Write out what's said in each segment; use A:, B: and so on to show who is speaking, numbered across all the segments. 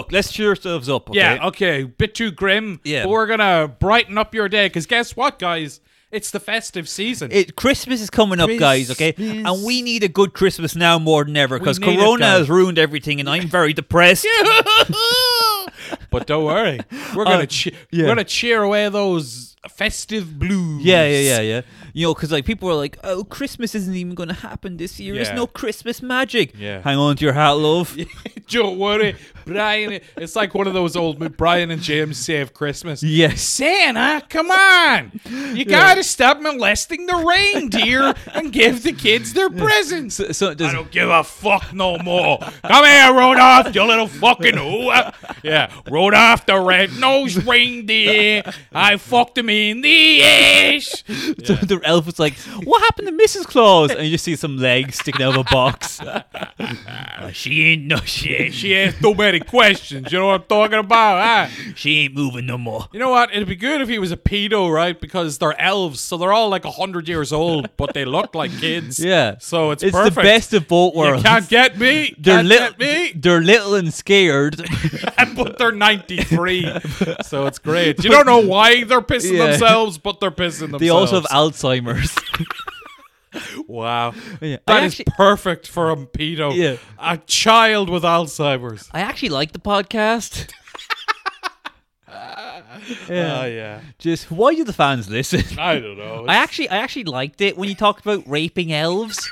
A: Look, let's cheer ourselves up. Okay?
B: Yeah, okay. Bit too grim.
A: Yeah.
B: But we're going to brighten up your day because guess what, guys? It's the festive season.
A: It, Christmas is coming up, guys. Okay,
B: Christmas.
A: and we need a good Christmas now more than ever because
B: We need it,
A: Corona
B: guys.
A: has ruined everything, and I'm very depressed.
B: but don't worry. We're going to che-
A: Uh, yeah.
B: we're going to cheer away those festive blues.
A: Yeah, yeah, yeah, yeah. You know, because like people are like, "Oh, Christmas isn't even going to happen this year. There's
B: Yeah.
A: no Christmas magic."
B: Yeah.
A: Hang on to your hat, love.
B: Don't worry, Brian. It's like one of those old mo- Brian and James save Christmas.
A: Yes.
B: Santa, come on! You gotta stop molesting the reindeer and give the kids their presents.
A: So, so it
B: I
A: does,
B: don't give a fuck no more. Come here, Rudolph, you little fucking who? Yeah, Rudolph the red-nosed reindeer. I fucked him in the ass.
A: so the elf was like, "What happened to Mrs. Claus?" And you just see some legs sticking out of a box. Uh, she ain't no shit.
B: She asked too many questions. You know what I'm talking about, huh?
A: She ain't moving no more.
B: You know what? It'd be good if he was a pedo, right? Because they're elves, so they're all like hundred years old, but they look like kids.
A: Yeah.
B: So it's
A: It's
B: perfect.
A: the best of both
B: You
A: worlds.
B: can't get me.
A: they're
B: can't
A: little.
B: get me.
A: They're little and scared.
B: but they're 93, so it's great. You don't know why they're pissing
A: Yeah.
B: themselves, but they're pissing themselves.
A: they also have Alzheimer's.
B: wow.
A: Yeah.
B: That
A: I
B: is
A: actually-
B: perfect for a pedo.
A: Yeah.
B: A child with Alzheimer's.
A: I actually like the podcast. yeah. Uh,
B: Ah, yeah.
A: just why do the fans listen?
B: I don't know.
A: I actually, I actually liked it when you talked about raping elves.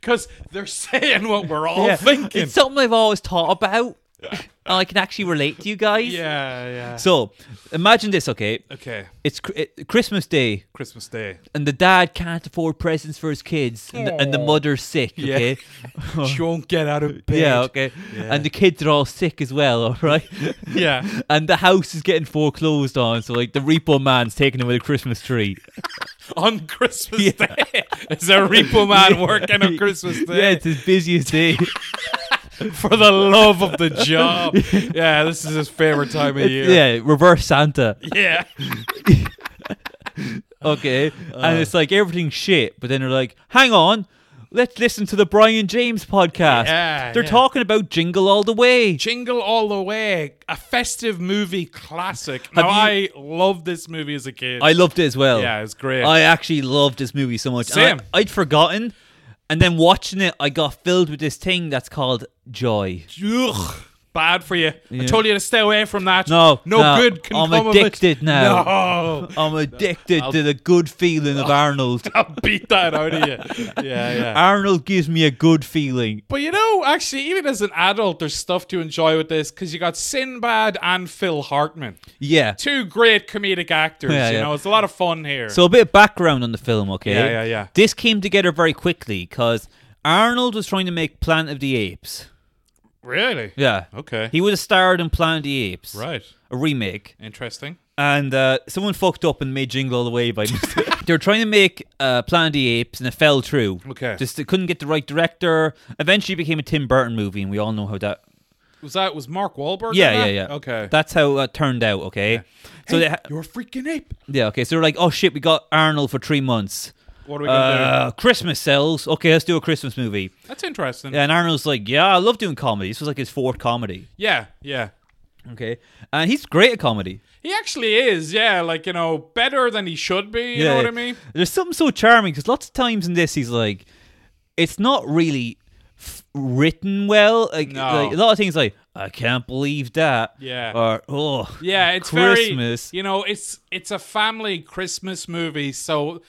B: Because they're saying what we're all
A: Yeah.
B: thinking.
A: It's something I've always thought about, and I can actually relate to you guys.
B: yeah, yeah.
A: So, imagine this, okay?
B: okay.
A: It's cr- it, Christmas Day,
B: Christmas Day.
A: and the dad can't afford presents for his kids, and, the, and the
B: Aw.
A: mother's sick,
B: Yeah.
A: okay?
B: She won't get out of bed.
A: Yeah, okay. And the kids are all sick as well, all right?
B: Yeah.
A: and the house is getting foreclosed on, so like the repo man's taking away the Christmas tree.
B: On Christmas Day. There's a repo man working on Christmas
A: Yeah,
B: Day
A: it's his busiest day.
B: for the love of the job. yeah, this is his favorite time of year.
A: yeah, reverse Santa.
B: Yeah.
A: Okay.
B: Uh.
A: and it's like everything's shit, but then they're like, hang on, let's listen to the Brian James podcast.
B: Yeah,
A: they're
B: yeah.
A: talking about Jingle All the Way.
B: Jingle All the Way, a festive movie classic.
A: Have
B: Now,
A: you-
B: I loved this movie as a kid.
A: I loved it as well.
B: Yeah, it's great.
A: I actually loved this movie so much. And
B: Same.
A: I, would forgotten. And then watching it, I got filled with this thing that's called joy.
B: Ugh, bad for you. I told you to stay away from that.
A: No,
B: No,
A: no,
B: good can
A: I'm
B: come
A: addicted
B: of it.
A: now.
B: No.
A: I'm addicted to the good feeling of Arnold.
B: I'll beat that out of you. Yeah, yeah.
A: Arnold gives me a good feeling.
B: But you know, actually, even as an adult, there's stuff to enjoy with this because you got Sinbad and Phil Hartman,
A: Yeah.
B: two great comedic actors.
A: Yeah,
B: you
A: yeah.
B: know, it's a lot of fun here.
A: So a bit of background on the film, okay?
B: Yeah, yeah, yeah.
A: This came together very quickly because Arnold was trying to make Planet of the Apes.
B: really,
A: Yeah.
B: okay,
A: He would have starred in Planet of the Apes,
B: right,
A: a remake,
B: interesting.
A: and uh, someone fucked up and made Jingle All the Way by mistake. they were trying to make uh, Planet of the Apes, and it fell through.
B: Okay.
A: just they couldn't get the right director. Eventually, it became a Tim Burton movie, and we all know how that.
B: Was that was Mark Wahlberg? in
A: Yeah, yeah,
B: that?
A: yeah.
B: Uh-huh. Okay,
A: that's how it turned out. Okay, so they ha-
B: you're a freaking ape.
A: yeah, okay, so they're like, oh shit, we got Arnold for three months.
B: What are we gonna
A: Uh, Christmas sells. Okay, let's do a Christmas movie.
B: do? That's interesting.
A: And Arnold's like, yeah, I love doing comedy. This was like his fourth comedy.
B: yeah, yeah.
A: Okay. And he's great at comedy.
B: He actually is, yeah, like you know, better than he should be. You know what I mean?
A: There's something so charming because lots of times in this, he's like, it's not really f- written well. Like,
B: No.
A: like, a lot of things like, I can't believe that.
B: Yeah.
A: Or, oh,
B: Yeah, it's
A: Christmas.
B: very you know, it's it's a family Christmas movie, so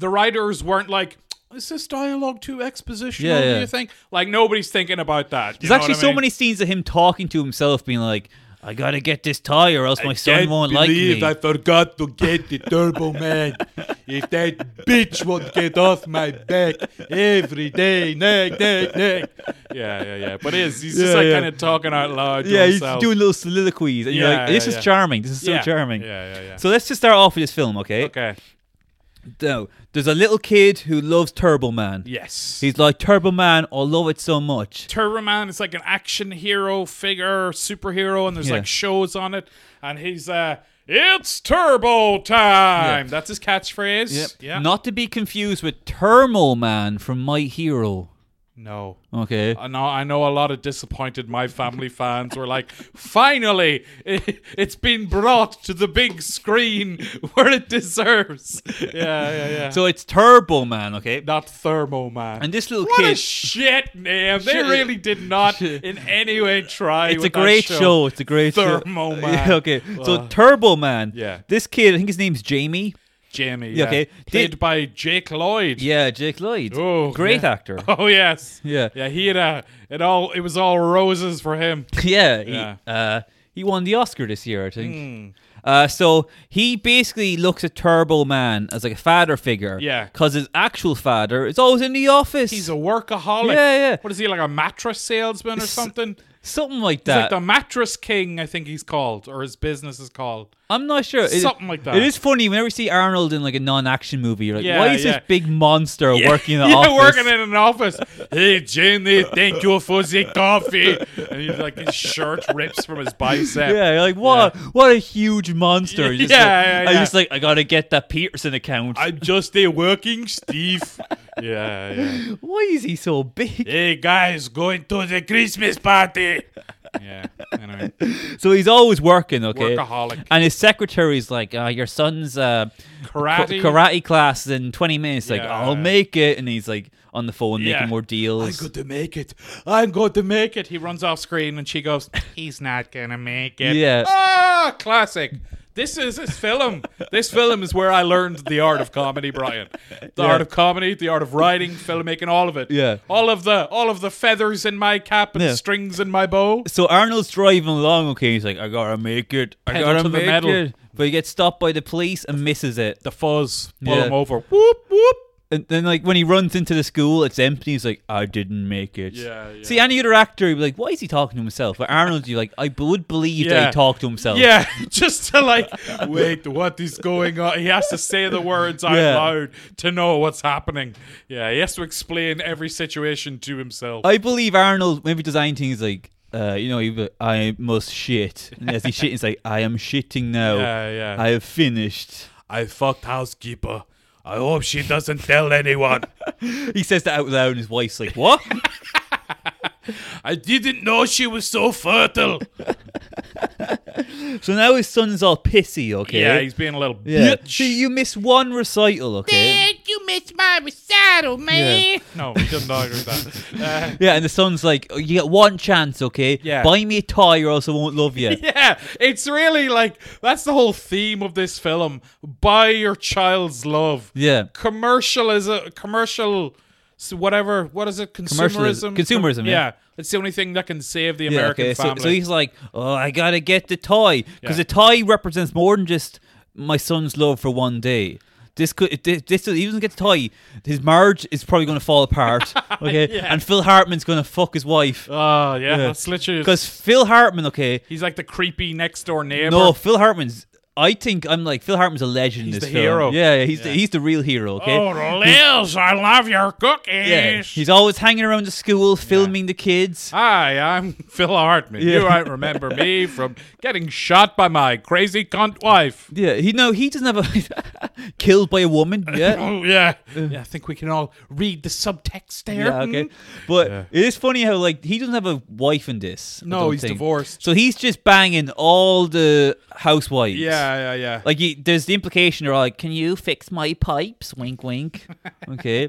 B: the writers weren't like is this dialogue too expositional,
A: Yeah, yeah.
B: do you think? Like nobody's thinking about that.
A: There's actually so many scenes of him talking to himself, being like, I gotta get this tie or else my son won't like me.
B: forgot to get the Turbo Man. if that bitch won't get off my back every day, neck, neck, neck. Yeah, yeah, yeah. But it is. He's just
A: Yeah,
B: like
A: yeah.
B: kind of talking out loud. to
A: yeah, he's
B: himself.
A: doing little soliloquies, and you're
B: Yeah,
A: like, "This
B: yeah,
A: is
B: yeah.
A: charming. This is so
B: Yeah.
A: charming."
B: Yeah, yeah, yeah.
A: So let's just start off with this film, okay?
B: okay.
A: No, there's a little kid who loves Turbo Man.
B: Yes.
A: He's like, Turbo Man, I love it so much.
B: Turbo Man is like an action hero figure, superhero, and there's
A: Yeah.
B: like shows on it. And he's uh it's turbo time.
A: Yeah.
B: That's his catchphrase. Yeah.
A: Not to be confused with Thermal Man from My Hero.
B: No.
A: Okay.
B: I know, I know a lot of disappointed my family fans were like, finally, it, it's been brought to the big screen where it deserves. Yeah, yeah, yeah.
A: So it's Turbo Man, okay?
B: Not Thermo Man.
A: And this little
B: what a
A: kid.
B: shit name. They
A: Shit.
B: really did not in any way try.
A: it's a
B: with that
A: great show. It's a great
B: Thermo
A: show.
B: Man.
A: Yeah, okay. So
B: Ugh.
A: Turbo Man.
B: Yeah.
A: This kid, I think his name's Jamie.
B: Jamie.
A: Yeah,
B: Yeah.
A: okay.
B: Played
A: Did-
B: by Jake Lloyd.
A: Yeah, Jake Lloyd.
B: Oh,
A: great
B: yeah.
A: actor.
B: Oh yes.
A: Yeah.
B: Yeah. He had a. It all. It was all roses for him.
A: yeah, he,
B: Yeah. Hmm.
A: Uh, he won the Oscar this year, I think. Uh, so he basically looks at Turbo Man as like a father figure.
B: Yeah.
A: Because his actual father is always in the office.
B: He's a workaholic.
A: Yeah, yeah.
B: What is he like a mattress salesman or something?
A: Something like
B: He's like
A: that.
B: the mattress king, I think he's called, or his business is called.
A: I'm not sure. It-
B: Something like that.
A: It is funny whenever you see Arnold in like a non-action movie. You're like,
B: Yeah,
A: why is
B: yeah.
A: this big monster working in the
B: yeah,
A: office?
B: working in an office. Hey, Jenny, thank you for the coffee. And he's like, his shirt rips from his bicep.
A: Yeah, you're like what? What a huge monster! You're just
B: Yeah,
A: like,
B: yeah,
A: I
B: yeah.
A: just like I gotta get that Peterson account.
B: I'm just a working Steve. yeah, yeah.
A: Why is he so big?
B: Hey, guys, going to the Christmas party. yeah, anyway.
A: So he's always working, okay?
B: Workaholic.
A: And his secretary's like, uh, "Your son's uh,
B: Karate.
A: ca- karate class is in 20 minutes." Like,
B: Yeah.
A: I'll make it, and he's like on the phone
B: Yeah.
A: making more deals.
B: I'm going to make it. I'm going to make it. He runs off screen and she goes, He's not going to make it.
A: Yeah.
B: Ah, classic. This is this film. this film is where I learned the art of comedy, Brian. The
A: Yeah.
B: art of comedy, the art of writing, filmmaking, all of it.
A: Yeah.
B: All of the all of the feathers in my cap and
A: Yeah.
B: strings in my bow.
A: so Arnold's driving along, okay? He's like, "I gotta make it. I
B: Pedal
A: gotta
B: to the
A: make
B: metal.
A: it." But he gets stopped by the police and misses it.
B: The fuzz pull
A: Yeah.
B: him over. Whoop whoop.
A: And then, like, when he runs into the school, it's empty. He's like, I didn't make it.
B: Yeah, yeah.
A: See, any other actor, would be like, why is he talking to himself? But Arnold, you're like, I b- would believe that
B: Yeah.
A: he talked to himself.
B: Yeah, just to like, wait, what is going on? He has to say the words out
A: Yeah.
B: loud to know what's happening. Yeah, he has to explain every situation to himself.
A: I believe Arnold, maybe design things like, uh, you know, he'd be like, I must shit. And as he shit, he's like, I am shitting now.
B: Yeah, yeah.
A: I have finished.
B: I fucked housekeeper. I hope she doesn't tell anyone.
A: He says that out loud, and his wife's like, what?
B: I didn't know she was so fertile.
A: so now his son's all pissy, okay?
B: Yeah, he's being a little
A: Yeah.
B: bitch.
A: See, you miss one recital, okay?
B: you miss my recital,
A: man.
B: No, he doesn't agree with that. Uh,
A: Yeah, and the son's like, oh, you get one chance, okay?
B: Yeah.
A: Buy me a toy or else I won't love you.
B: yeah, it's really like that's the whole theme of this film. Buy your child's love.
A: yeah.
B: commercial is a commercial s- whatever what is it
A: Commercialism-
B: consumerism
A: consumerism, yeah.
B: it's the only thing that can save the
A: Yeah,
B: american
A: okay. So,
B: family
A: so he's like, oh, I gotta get the toy because the
B: Yeah.
A: toy represents more than just my son's love for one day. This could this, this he doesn't get the toy, his marriage is probably gonna fall apart. Okay,
B: Yeah.
A: and Phil Hartman's gonna fuck his wife
B: oh yeah,
A: Yeah.
B: that's literally
A: because Phil Hartman, okay,
B: he's like the creepy next door neighbor
A: no, Phil Hartman's. I think I'm like Phil Hartman's a legend. in
B: He's
A: this
B: the
A: film.
B: hero.
A: Yeah, yeah, he's
B: Yeah.
A: The, he's the real hero. Okay.
B: oh liz i love your cookies
A: yeah, he's always hanging around the school filming the
B: Ah.
A: kids.
B: Hi, I'm Phil Hartman. You might remember me from getting shot by my crazy cunt wife.
A: Yeah, he no, he doesn't have a killed by a woman. Yeah,
B: Oh, yeah. yeah. I think we can all read the subtext there.
A: Yeah, okay.
B: Mm.
A: But
B: Yeah.
A: it is funny how like he doesn't have a wife in this. I
B: No,
A: don't
B: he's
A: think.
B: divorced.
A: So he's just banging all the housewives.
B: Yeah, yeah, yeah.
A: Like you, there's the implication they're like, "Can you fix my pipes?" Wink, wink. Okay.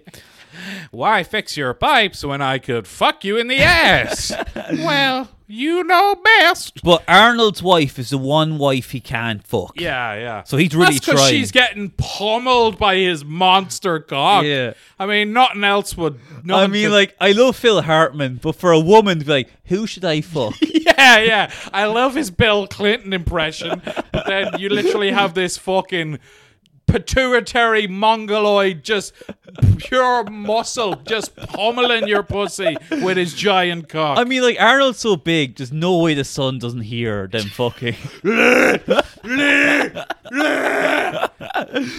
B: Why fix your pipes when I could fuck you in the ass? well, you know best.
A: but Arnold's wife is the one wife he can't fuck.
B: Yeah, yeah.
A: So he's really
B: That's 'cause
A: trying.
B: she's getting pummeled by his monster cock.
A: Yeah.
B: I mean, nothing else would.
A: I
B: nothing
A: mean,
B: could-
A: like, I love Phil Hartman, but for a woman to be like, "Who should I fuck?"
B: Yeah, yeah. I love his Bill Clinton impression, but then you literally have this fucking pituitary mongoloid just pure muscle just pummeling your pussy with his giant cock.
A: I mean, like, Arnold's so big, there's no way the son doesn't hear them fucking.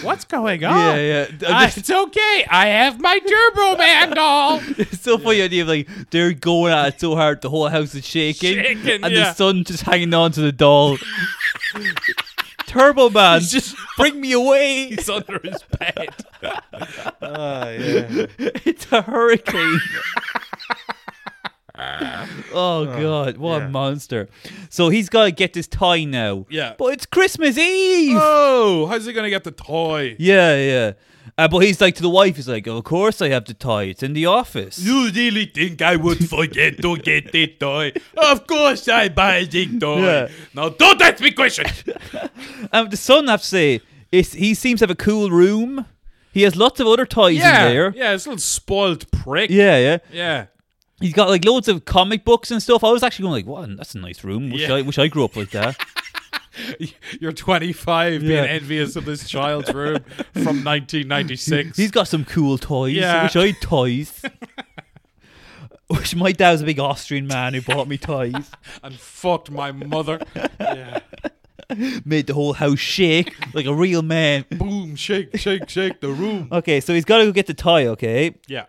B: What's going on?
A: yeah, yeah.
B: I- it's okay. I have my Turbo Man doll.
A: It's so funny idea of like they're going at it so hard the whole house is shaking,
B: Shaking,
A: and
B: yeah.
A: the son just hanging on to the doll. Turbo Man,
B: He's
A: just bring me away!
B: He's under his bed.
A: It's a hurricane. Oh god, what a monster! So he's got to get this tie now.
B: Yeah.
A: but it's Christmas Eve.
B: Oh, how's he gonna get the toy?
A: Yeah, yeah. Uh, but he's like to the wife. He's like, "Of course I have the tie. It's in the office."
B: You really think I would forget to get the toy? Of course I buy the toy.
A: Yeah.
B: Now don't ask me questions.
A: Um, the son, I have to say, is, he seems to have a cool room. He has lots of other toys
B: yeah,
A: in there.
B: yeah, it's a little spoiled prick.
A: Yeah, yeah.
B: yeah.
A: He's got like loads of comic books and stuff. I was actually going like, "Wow, that's a nice room. Wish
B: Yeah.
A: I wish I grew up like that."
B: You're 25,
A: Yeah.
B: being envious of this child's room from 1996.
A: He's got some cool toys.
B: Yeah.
A: Wish I had toys. Wish my dad was a big Austrian man who bought me toys.
B: and fucked my mother. yeah.
A: Made the whole house shake like a real man.
B: Boom, shake, shake, shake the room.
A: Okay, so he's got to go get the tie, okay?
B: Yeah.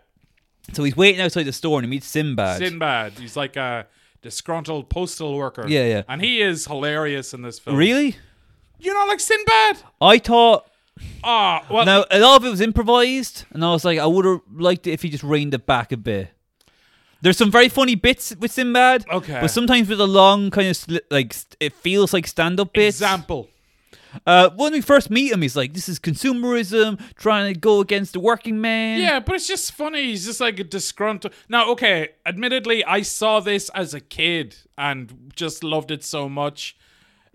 A: So he's waiting outside the store and he meets Sinbad.
B: Sinbad. He's like a disgruntled postal worker.
A: Yeah, yeah.
B: And he is hilarious in this film.
A: really?
B: You know, like Sinbad?
A: I thought
B: Ah, well,
A: now a lot of it was improvised, and I was like, I would have liked it if he just reined it back a bit. There's some very funny bits with Sinbad,
B: Okay.
A: but sometimes with a long kind of sli- like st- it feels like stand-up bits.
B: example.
A: Uh, when we first meet him, he's like, "This is consumerism, trying to go against the working man."
B: Yeah, but it's just funny. He's just like a disgruntled. Now, okay, admittedly, I saw this as a kid and just loved it so much.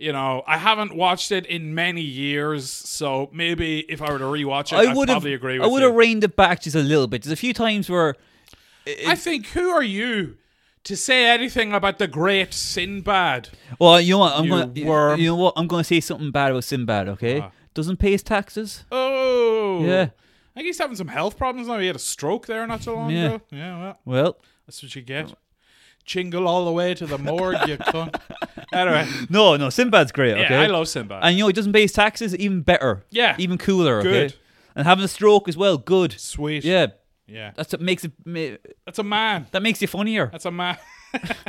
B: You know, I haven't watched it in many years, so maybe if I were to rewatch it, I
A: I
B: would
A: would have.
B: probably agree with
A: I would have
B: you.
A: reined it back just a little bit. There's a few times where
B: I think who are you to say anything about the great Sinbad?
A: Well, you know what? I'm
B: You
A: gonna
B: worm. Ah.
A: you know what? I'm gonna say something bad about Sinbad. Okay, doesn't pay his taxes.
B: Oh,
A: Yeah.
B: I think he's having some health problems now. He had a stroke there not so long
A: Yeah.
B: ago. Yeah, well,
A: Well,
B: that's what you get. Chingle all the way to the morgue, you cunt. Anyway,
A: no, no, Sinbad's great.
B: yeah,
A: okay,
B: I love Sinbad.
A: and you know he doesn't pay his taxes. Even better.
B: Yeah.
A: even cooler.
B: Good.
A: Okay, and having a stroke as well. Good.
B: Sweet.
A: Yeah,
B: yeah.
A: that's what makes it. ma-
B: That's a man.
A: That makes you funnier.
B: That's a man.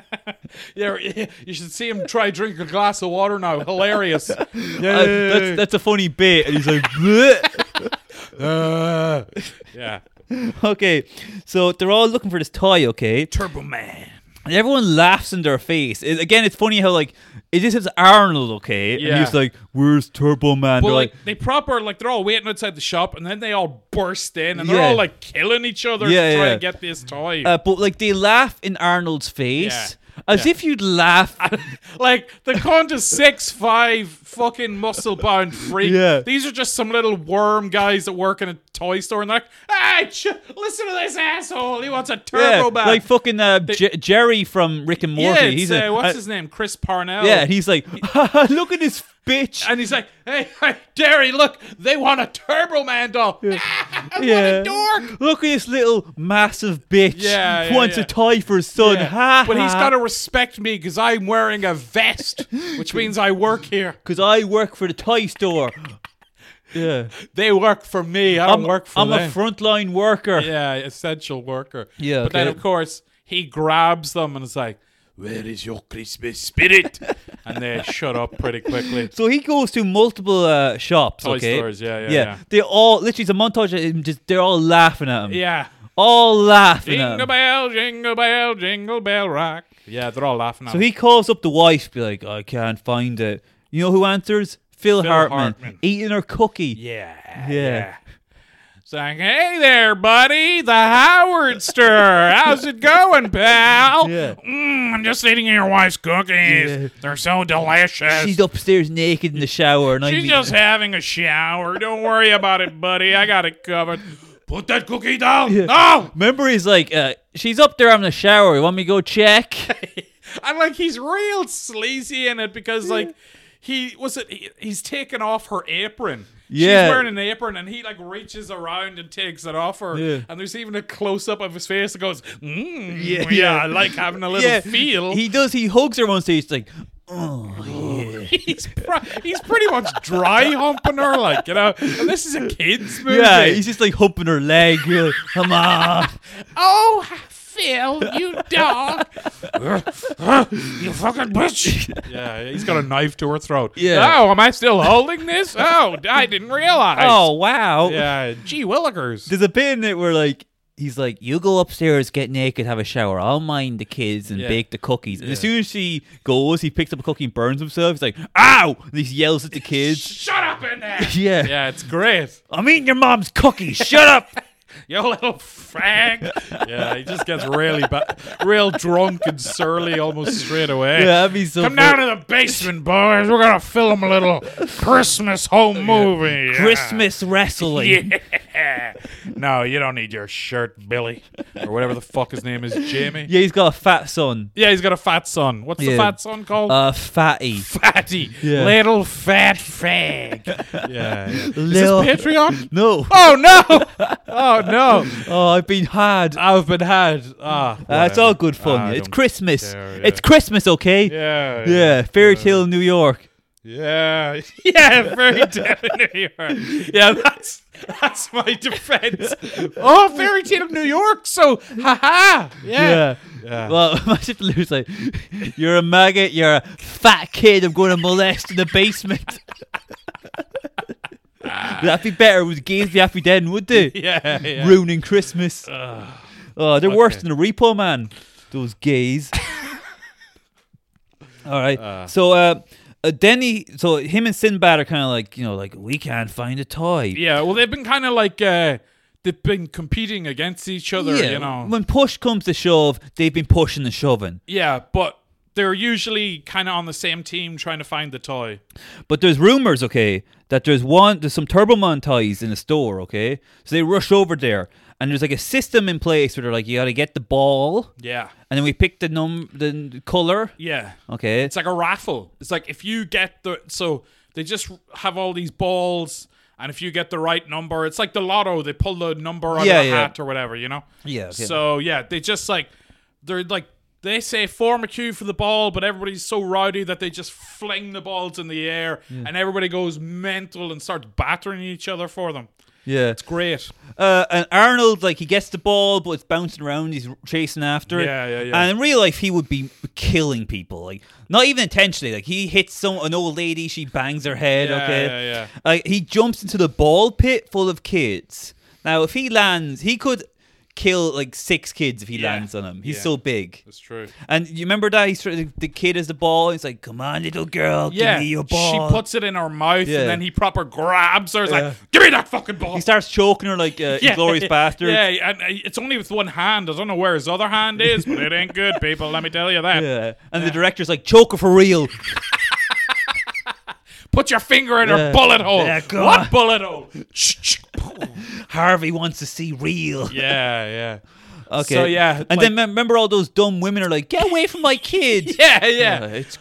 B: yeah, you should see him try drink a glass of water now. Hilarious.
A: Uh, that's, that's a funny bit, and he's like, "Bleh."
B: Uh, yeah.
A: okay. So they're all looking for this toy, okay?
B: Turbo Man.
A: And everyone laughs in their face. It- again, it's funny how like it just is Arnold, okay?
B: Yeah.
A: And he's like, "Where's Turbo Man?"
B: But
A: they're
B: like,
A: like,
B: they proper like they're all waiting outside the shop, and then they all burst in, and they're
A: Yeah.
B: all like killing each other
A: Yeah,
B: to try
A: yeah.
B: and get this toy.
A: uh, but like they laugh in Arnold's face
B: Yeah.
A: as if you'd laugh.
B: like the cunt is six five, fucking muscle bound freak.
A: Yeah.
B: These are just some little worm guys that work in a toy store, and they're like, hey, ch- listen to this asshole. He wants a Turbo
A: yeah,
B: Man.
A: like fucking uh, J- Jerry from Rick and Morty.
B: Yeah, it's,
A: he's
B: uh,
A: a,
B: what's
A: uh,
B: his name? Chris Parnell.
A: Yeah, and he's like, "Look at this bitch."
B: and he's like, hey, hey, Derry, look, they want a Turbo Man doll.
A: yeah.
B: dork.
A: Look at this little massive bitch
B: Yeah,
A: who
B: yeah,
A: wants
B: yeah.
A: a tie for his son. Ha
B: Yeah. But he's
A: ha.
B: got to respect me because I'm wearing a vest, which means I work here.
A: Because I work for the toy store. yeah.
B: They work for me. I don't work for
A: I'm
B: them.
A: a frontline worker.
B: yeah, essential worker.
A: Yeah,
B: But then,
A: okay.
B: of course, he grabs them and is like, where is your Christmas spirit? and they shut up pretty quickly.
A: So he goes to multiple uh, shops.
B: Toy
A: okay?
B: stores, yeah, yeah, yeah.
A: They all literally it's a montage of him just they're all laughing at him.
B: Yeah.
A: All laughing at
B: Jingle
A: him.
B: bell, jingle bell, jingle bell rock. Yeah, they're all laughing at
A: So
B: him.
A: he calls up the wife, be like, I can't find it. You know who answers? Phil,
B: Phil
A: Hartman,
B: Hartman.
A: eating her cookie.
B: Yeah.
A: Yeah.
B: Saying, hey there, buddy, the Howardster. How's it going, pal?
A: Yeah.
B: Mm, I'm just eating your wife's cookies.
A: Yeah.
B: They're so delicious.
A: She's upstairs naked in the shower, and I'm
B: She's just having a shower. Don't worry about it, buddy. I got it covered. Put that cookie down. No!
A: Remember, he's like, uh, she's up there having a shower. You want me to go check?
B: And like he's real sleazy in it because like he was it he, he's taken off her apron.
A: Yeah.
B: She's wearing an apron and he like reaches around and takes it off her.
A: Yeah.
B: And there's even a close up of his face that goes, mm, yeah,
A: Yeah,
B: I like having a little feel.
A: He does. He hugs her on stage. Like,
B: he's pr- he's pretty much dry humping her, like, you know. And this is a kid's movie.
A: yeah, he's just like humping her leg. You're like, come on.
B: Oh, Phil, you dog. you fucking bitch. Yeah, he's got a knife to her throat.
A: Yeah.
B: Oh, am I still holding this? Oh, I didn't realize.
A: Oh wow.
B: Yeah, gee willikers.
A: There's a bit in it where like he's like, "You go upstairs, get naked, have a shower. I'll mind the kids and
B: Yeah.
A: bake the cookies." And as
B: Yeah.
A: soon as she goes, he picks up a cookie and burns himself. He's like, "Ow!" And he yells at the kids.
B: Shut up in there.
A: yeah.
B: Yeah, it's great.
A: I'm eating your mom's cookies. Shut up.
B: You little fag. yeah, he just gets really ba- real drunk and surly almost straight away.
A: yeah, that'd be so.
B: Come
A: funny.
B: down to the basement, boys. We're gonna film a little Christmas home movie. Yeah.
A: Christmas wrestling.
B: Yeah. No, you don't need your shirt, Billy, or whatever the fuck his name is, Jamie.
A: Yeah, he's got a fat son.
B: Yeah, he's got a fat son. What's
A: Yeah.
B: the fat son called?
A: Uh, fatty.
B: Fatty,
A: Yeah.
B: little fat fag. yeah, yeah.
A: Little-
B: Is this Patreon?
A: No.
B: Oh no! Oh no!
A: Oh, I've been had.
B: I've been had. Ah,
A: Uh, it's
B: whatever.
A: all good fun.
B: I
A: it's
B: don't-
A: Christmas.
B: care, yeah.
A: It's Christmas, okay?
B: Yeah,
A: Yeah, fairy tale New York.
B: Yeah, yeah, fairy tale of New York. Yeah, that's that's my defense. Oh, fairy tale of New York. So, haha. Yeah,
A: Yeah. Well, imagine if Lou's like, "You're a maggot. You're a fat kid. I'm going to molest in the basement." That'd be better. Would gays be happy then? Would they?
B: yeah, yeah.
A: Ruining Christmas.
B: Ugh.
A: Oh, they're worse
B: Okay.
A: than a repo man. Those gays. All right.
B: Uh.
A: so uh, uh, then he, so him and Sinbad are kind of like, you know, like we can't find a toy.
B: yeah. Well, they've been kind of like uh, they've been competing against each other.
A: Yeah,
B: you know.
A: When push comes to shove, they've been pushing and shoving.
B: yeah, but they're usually kind of on the same team trying to find the toy.
A: But there's rumors, okay, that there's one, there's some Turboman toys in the store, okay. So they rush over there, and there's like a system in place where they're like, you got to get the ball,
B: Yeah,
A: and then we pick the num, the color,
B: yeah.
A: okay.
B: It's like a raffle. It's like if you get the so they just have all these balls, and if you get the right number, it's like the lotto. They pull the number out
A: Yeah,
B: of a
A: yeah.
B: hat or whatever, you know.
A: Yeah, okay.
B: So yeah, they just like they're like they say form a queue for the ball, but everybody's so rowdy that they just fling the balls in the air,
A: Hmm.
B: and everybody goes mental and starts battering each other for them.
A: yeah.
B: It's great.
A: Uh, and Arnold, like, he gets the ball, but it's bouncing around. He's chasing after it.
B: Yeah, yeah, yeah.
A: And in real life, he would be killing people. Like, not even intentionally. Like, he hits some an old lady. She bangs her head.
B: Yeah,
A: okay.
B: yeah, yeah.
A: Like, he jumps into the ball pit full of kids. Now, if he lands, he could kill like six kids if he
B: Yeah,
A: lands on him. He's
B: yeah.
A: so big.
B: It's true.
A: And you remember that he's the, the kid is the ball. He's like, "Come on, little girl,
B: Yeah,
A: give me your
B: she
A: ball."
B: puts it in her mouth,
A: Yeah.
B: and then he proper grabs her. He's
A: Yeah.
B: like, "Give me that fucking ball!"
A: he starts choking her like uh, inglorious bastard.
B: Yeah, and uh, it's only with one hand. I don't know where his other hand is, but it ain't good, people. Let me tell you that.
A: Yeah. And the director's like, "Choke her for real."
B: Put your finger in
A: Yeah.
B: her bullet hole.
A: Yeah, go
B: what
A: on.
B: bullet hole? Ch-ch-ch.
A: Harvey wants to see real.
B: yeah, yeah.
A: Okay.
B: So, yeah,
A: and
B: like-
A: then me- remember all those dumb women are like, "Get away from my kid."
B: Yeah, yeah.
A: it's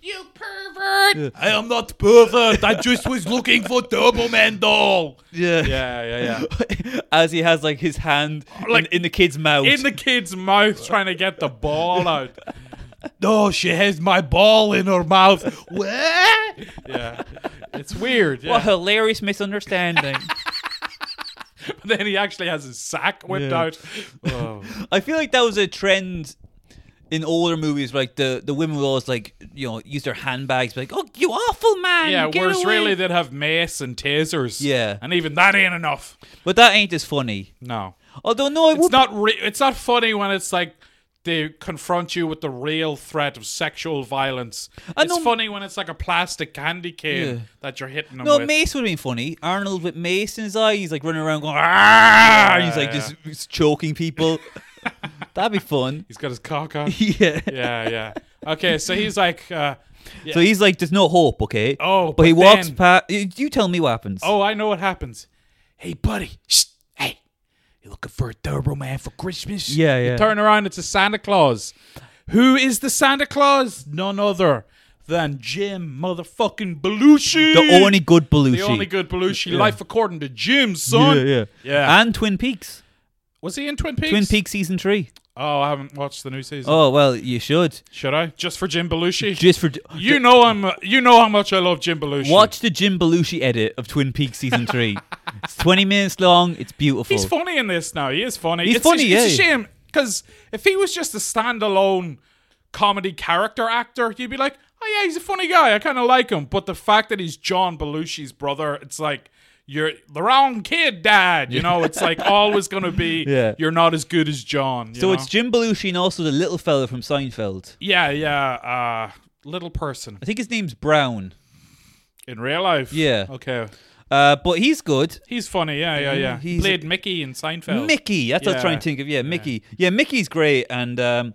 B: You pervert! I am not pervert. I just was looking for Turbo Man doll.
A: yeah.
B: Yeah, yeah,
A: As he has like his hand
B: Like-
A: in, in the kid's mouth.
B: yeah. In the kid's mouth, trying to get the ball out. No, she has my ball in her mouth. What? Yeah, it's weird. Yeah.
A: what a hilarious misunderstanding.
B: Then he actually has his sack whipped
A: Yeah.
B: out. Oh.
A: I feel like that was a trend in older movies. Like the the women would always like you know use their handbags, be like, "Oh, you awful man."
B: Yeah,
A: get
B: whereas
A: away."
B: really they'd have mace and tasers.
A: Yeah.
B: and even that ain't enough.
A: But that ain't as funny.
B: No,
A: Although no, it
B: it's
A: would.
B: not. Re- it's not funny when it's like they confront you with the real threat of sexual violence.
A: I
B: it's
A: know-
B: funny when it's like a plastic candy cane
A: Yeah.
B: that you're hitting them
A: no,
B: with.
A: Mace would have been funny. Arnold with Mace in his eye, he's like running around going, ah, and he's like
B: Yeah,
A: just, just choking people. That'd be fun.
B: He's got his cock on.
A: yeah.
B: yeah, yeah. Okay, so he's like, uh,
A: So he's like, there's no hope, okay?
B: Oh,
A: But, he
B: but
A: walks
B: then-
A: past. You tell me what happens.
B: oh, I know what happens. Hey, buddy. Shh. Hey, you looking for a Turbo Man for Christmas?
A: Yeah, yeah.
B: You turn around, it's a Santa Claus. Who is the Santa Claus? None other than Jim motherfucking Belushi.
A: the only good Belushi.
B: The only good Belushi. Life according to Jim, son.
A: Yeah, yeah.
B: Yeah.
A: And Twin Peaks.
B: Was he in Twin Peaks?
A: Twin Peaks season three.
B: Oh, I haven't watched the new season.
A: Oh well, you should
B: Should I? Just for Jim Belushi?
A: just for
B: you know I'm. You know how much I love Jim Belushi.
A: watch the Jim Belushi edit of Twin Peaks season three. it's twenty minutes long. It's beautiful.
B: He's funny in this now. He is funny.
A: He's
B: it's
A: funny,
B: A, It's a
A: yeah.
B: shame because if he was just a standalone comedy character actor, you'd be like, oh yeah, he's a funny guy. I kind of like him. But the fact that he's John Belushi's brother, it's like you're the wrong kid, Dad. You know, it's like always going to be
A: Yeah.
B: you're not as good as John. you
A: So
B: know?
A: it's Jim Belushi and also the little fella from Seinfeld.
B: yeah, yeah. Uh, little person
A: I think his name's Brown.
B: in real life.
A: Yeah.
B: Okay.
A: Uh, but he's good.
B: He's funny. Yeah, yeah, yeah. He
A: He's a-
B: played Mickey in Seinfeld.
A: Mickey, that's what I was trying to
B: Yeah.
A: think of. Yeah, Mickey. Yeah, Mickey's great, and um,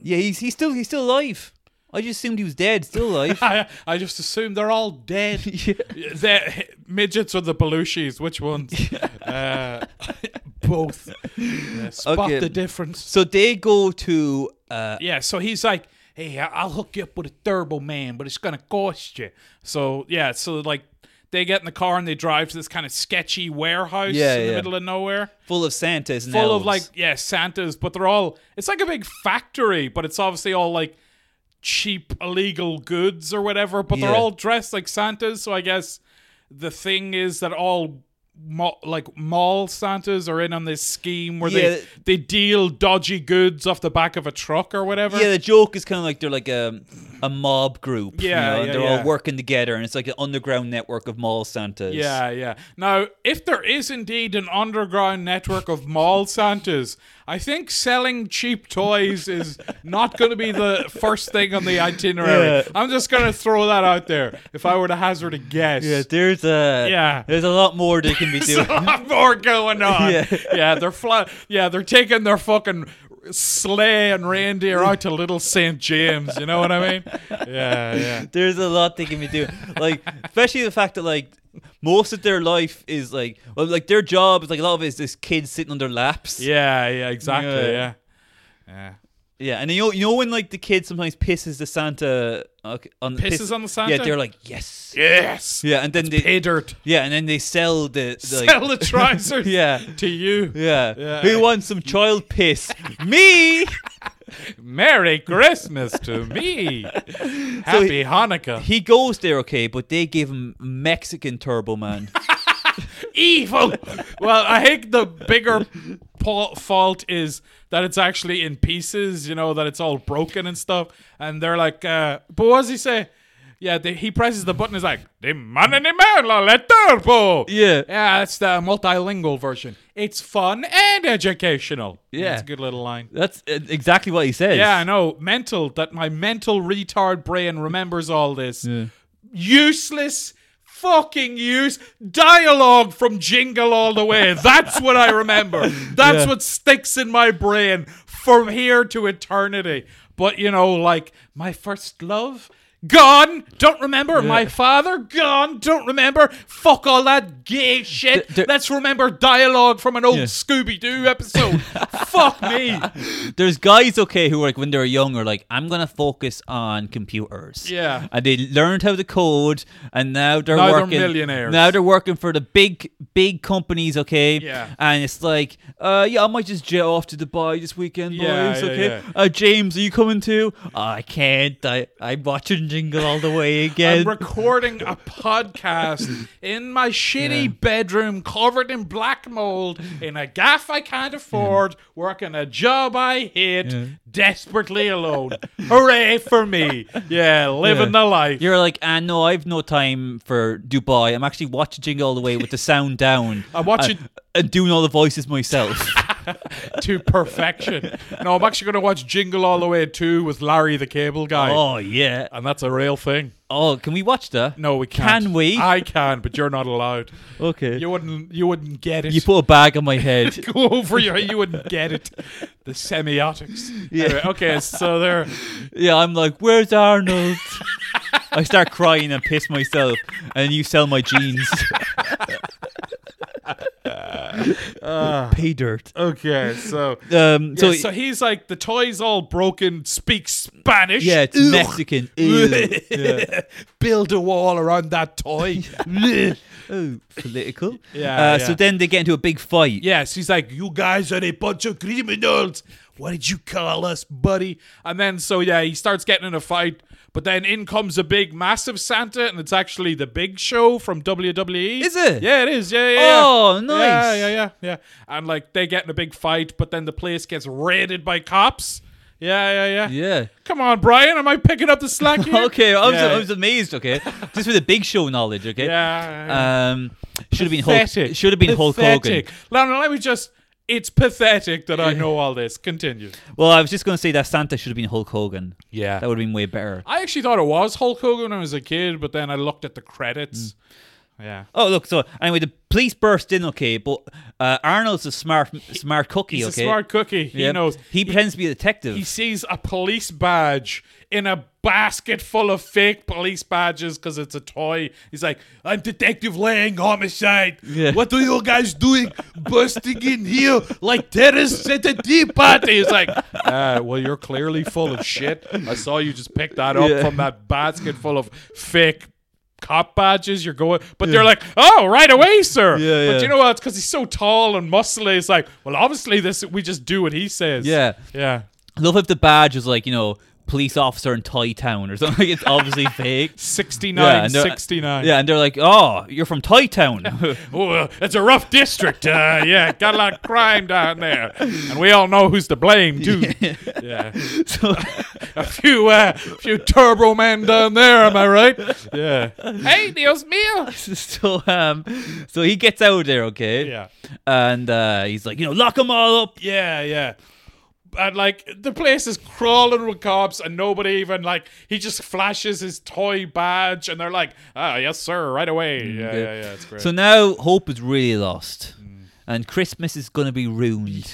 A: yeah, he's he's still he's still alive. I just assumed he was dead, still alive.
B: I, I just assume they're all dead.
A: Yeah.
B: They're midgets or the Belushis? Which ones? uh, both. Yeah, spot
A: Okay.
B: the difference.
A: So they go to uh,
B: Yeah, so he's like, hey, I- I'll hook you up with a turbo man, but it's going to cost you. So, yeah, so like they get in the car and they drive to this kind of sketchy warehouse
A: Yeah,
B: in the
A: yeah.
B: middle of nowhere.
A: full of Santas, and
B: full of
A: elves.
B: like yeah santas but they're all it's like a big factory but it's obviously all like cheap illegal goods or whatever but they're
A: Yeah.
B: all dressed like santas so i guess the thing is that all ma- like mall santas are in on this scheme where
A: Yeah.
B: they they deal dodgy goods off the back of a truck or whatever
A: Yeah, the joke is kind of like they're like a, a mob group. you
B: Yeah,
A: know, and
B: yeah,
A: they're
B: yeah.
A: all working together, and it's like an underground network of mall Santas.
B: Yeah, yeah. Now, if there is indeed an underground network of mall Santas, I think selling cheap toys is not going to be the first thing on the itinerary.
A: Yeah.
B: I'm just going to throw that out there if I were to hazard a guess.
A: yeah. There's a
B: Yeah.
A: There's a lot more they can be doing.
B: a lot more going on. Yeah,
A: Yeah.
B: they're fly- Yeah, they're taking their fucking sleigh and reindeer out to Little St. James. You know what I mean? Yeah, yeah.
A: There's a lot they can be doing. Like, especially the fact that like most of their life is like, well, like their job is like a lot of it is this kid sitting on their laps.
B: Yeah, yeah, exactly.
A: Yeah.
B: Yeah. Yeah.
A: Yeah, and you know, you know when like the kid sometimes pisses the Santa okay, on
B: Pisses on the Santa?
A: Yeah, they're like yes.
B: Yes.
A: Yeah, and then they
B: Pay dirt.
A: yeah, and then they sell the, the like,
B: Sell the trousers
A: yeah.
B: to you.
A: Yeah.
B: Yeah.
A: Who wants some child piss? Me.
B: Merry Christmas to me. Happy
A: he-
B: Hanukkah.
A: He goes there, okay, but they give him Mexican Turbo Man.
B: Evil. Well, I think the bigger pa- fault is that it's actually in pieces, you know, that it's all broken and stuff. And they're like, uh, but what does he say? Yeah, they, he presses the button. He's like, the man in the man, la la turbo.
A: Yeah.
B: Yeah, that's the multilingual version. It's fun and educational.
A: Yeah.
B: It's a good little line.
A: That's uh, exactly what he says.
B: Yeah, I know. Mental that my mental retard brain remembers all this. Useless fucking use dialogue from jingle all the way that's what i remember that's
A: Yeah.
B: what sticks in my brain from here to eternity but you know like my first love gone don't remember my father gone don't remember fuck all that gay shit
A: Th- there-
B: let's remember dialogue from an old
A: Yeah.
B: scooby-doo episode fuck me
A: There's guys, okay, who are like when they're young are like, I'm gonna focus on computers.
B: Yeah.
A: And they learned how to code, and now they're
B: Now they're
A: working.
B: millionaires.
A: Now they're working for the big, big companies, okay.
B: Yeah.
A: And it's like, uh, yeah, I might just jet off to Dubai this weekend,
B: Yeah,
A: boys.
B: yeah,
A: okay.
B: yeah.
A: Uh, James, are you coming too? Oh, I can't. I I'm watching Jingle all the way again.
B: I'm recording a podcast in my shitty bedroom covered in black mold in a gaff I can't afford, working a job I hate, desperately alone. Hooray for me. Yeah, living
A: Yeah.
B: the life.
A: You're like, ah, no, I've no time for Dubai. I'm actually watching Jingle all the way with the sound down.
B: I'm watching-
A: and, and doing all the voices myself.
B: to perfection. No, I'm actually going to watch Jingle All the Way 2 with Larry the Cable Guy.
A: oh yeah.
B: And that's a real thing.
A: Oh, can we watch that?
B: No, we can't.
A: Can we?
B: I can, but you're not allowed.
A: Okay.
B: You wouldn't. You wouldn't get it.
A: You put a bag on my head.
B: go over your you wouldn't get it the semiotics yeah okay so there
A: yeah, I'm like, where's Arnold? I start crying and piss myself, and you sell my jeans. Pay dirt.
B: okay so
A: Um, so,
B: so, Ah. so he's like the toy's all broken speaks spanish
A: yeah, it's
B: Ugh.
A: Mexican. Ew. Yeah.
B: build a wall around that toy Ugh.
A: Oh, political.
B: Yeah,
A: Uh,
B: yeah.
A: So then they get into a big fight.
B: yes he's like you guys are a bunch of criminals what did you call us buddy and then so yeah he starts getting in a fight but then in comes a big massive santa and it's actually the big show from wwe
A: Is it?
B: yeah it is yeah yeah yeah.
A: Oh, nice.
B: yeah yeah yeah yeah and like they get in a big fight but then the place gets raided by cops Yeah, yeah, yeah.
A: Yeah.
B: Come on, Brian. Am I picking up the slack here?
A: Okay, I was,
B: Yeah.
A: I was amazed. Okay, just with the big show knowledge. Okay,
B: Yeah.
A: um, should have been Hulk.
B: pathetic.
A: Should have been Hulk Hogan.
B: pathetic. Lionel, let me just. It's pathetic that I know all this. Continue.
A: Well, I was just going to say that Santa should have been Hulk Hogan.
B: Yeah.
A: That would have been way better.
B: I actually thought it was Hulk Hogan when I was a kid, but then I looked at the credits. Yeah.
A: Oh, look. So anyway, the police burst in. Okay, but uh, Arnold's a smart, smart cookie.
B: He's
A: okay,
B: a smart cookie. He
A: Yeah.
B: knows.
A: He pretends to be a detective.
B: He sees a police badge in a basket full of fake police badges because it's a toy. He's like, I'm Detective Lang, homicide. What are you guys doing busting in here like terrorists at a tea party? He's like, "Ah, well, you're clearly full of shit. I saw you just pick that up
A: Yeah.
B: from that basket full of fake cop badges you're going but they're like oh right away sir
A: Yeah,
B: but
A: yeah.
B: you know what because he's so tall and muscly it's like well obviously this we just do what he says
A: Yeah.
B: yeah
A: Love if the badge is like you know police officer in Thai town or something. It's obviously fake.
B: 69,
A: and they're-
B: 69.
A: uh, Yeah, and they're like, "Oh, you're from Thai town."
B: Oh, uh, it's a rough district. Uh, yeah, got a lot of crime down there. And we all know who's to blame, too. Yeah.
A: so,
B: A few, uh, few turbo men down there, am I right? Yeah. Hey, Dios mío.
A: so um, so he gets out there, okay?
B: Yeah.
A: And uh, he's like, you know, lock them all up.
B: Yeah, yeah. And like the place is crawling with cops, and nobody even like he just flashes his toy badge, and they're like, "Ah, yes, sir, right away." Yeah,
A: Okay.
B: yeah, yeah. It's great.
A: Mm,
B: Mm.
A: So now hope is really lost, and Christmas is gonna be ruined.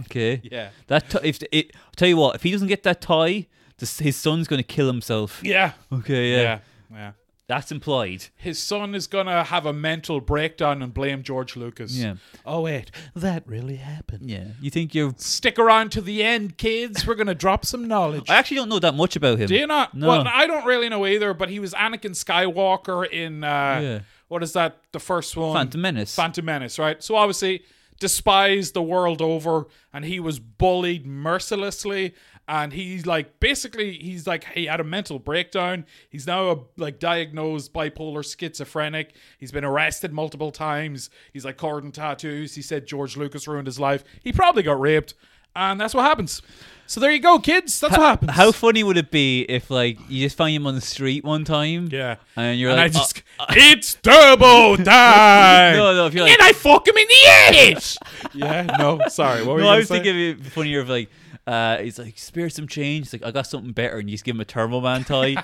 A: Okay.
B: Yeah.
A: That t- if it, I'll tell you what, if he doesn't get that tie, this, his son's gonna kill himself.
B: yeah,
A: Okay. Yeah.
B: yeah, yeah.
A: That's implied.
B: his son is gonna have a mental breakdown and blame George Lucas.
A: Yeah.
B: Oh wait, that really happened.
A: Yeah. You think you're?
B: Stick around to the end, kids. We're gonna drop some knowledge.
A: I actually don't know that much about him.
B: Do you not?
A: No.
B: Well, I don't really know either. But he was Anakin Skywalker in uh,
A: Yeah.
B: what is that? The first one,
A: Phantom Menace.
B: Phantom Menace, right? So obviously despised the world over, and he was bullied mercilessly. And he's like, basically, he's like, he had a mental breakdown. He's now a, like diagnosed bipolar schizophrenic. He's been arrested multiple times. He's like covered in tattoos. He said George Lucas ruined his life. He probably got raped, and that's what happens. So there you go, kids. That's what happens.
A: How funny would it be if like you just find him on the street one time?
B: Yeah.
A: And you're
B: And I
A: like, "Oh,
B: just, it's turbo time.
A: No, no, if you're
B: and
A: like-
B: I fuck him in the ass. yeah, no, sorry. What were you
A: No,
B: gonna
A: I was
B: say?
A: thinking it'd be funnier of like, uh, he's like, spirit some change. He's like, I got something better, and you just give him a Turbo Man tie.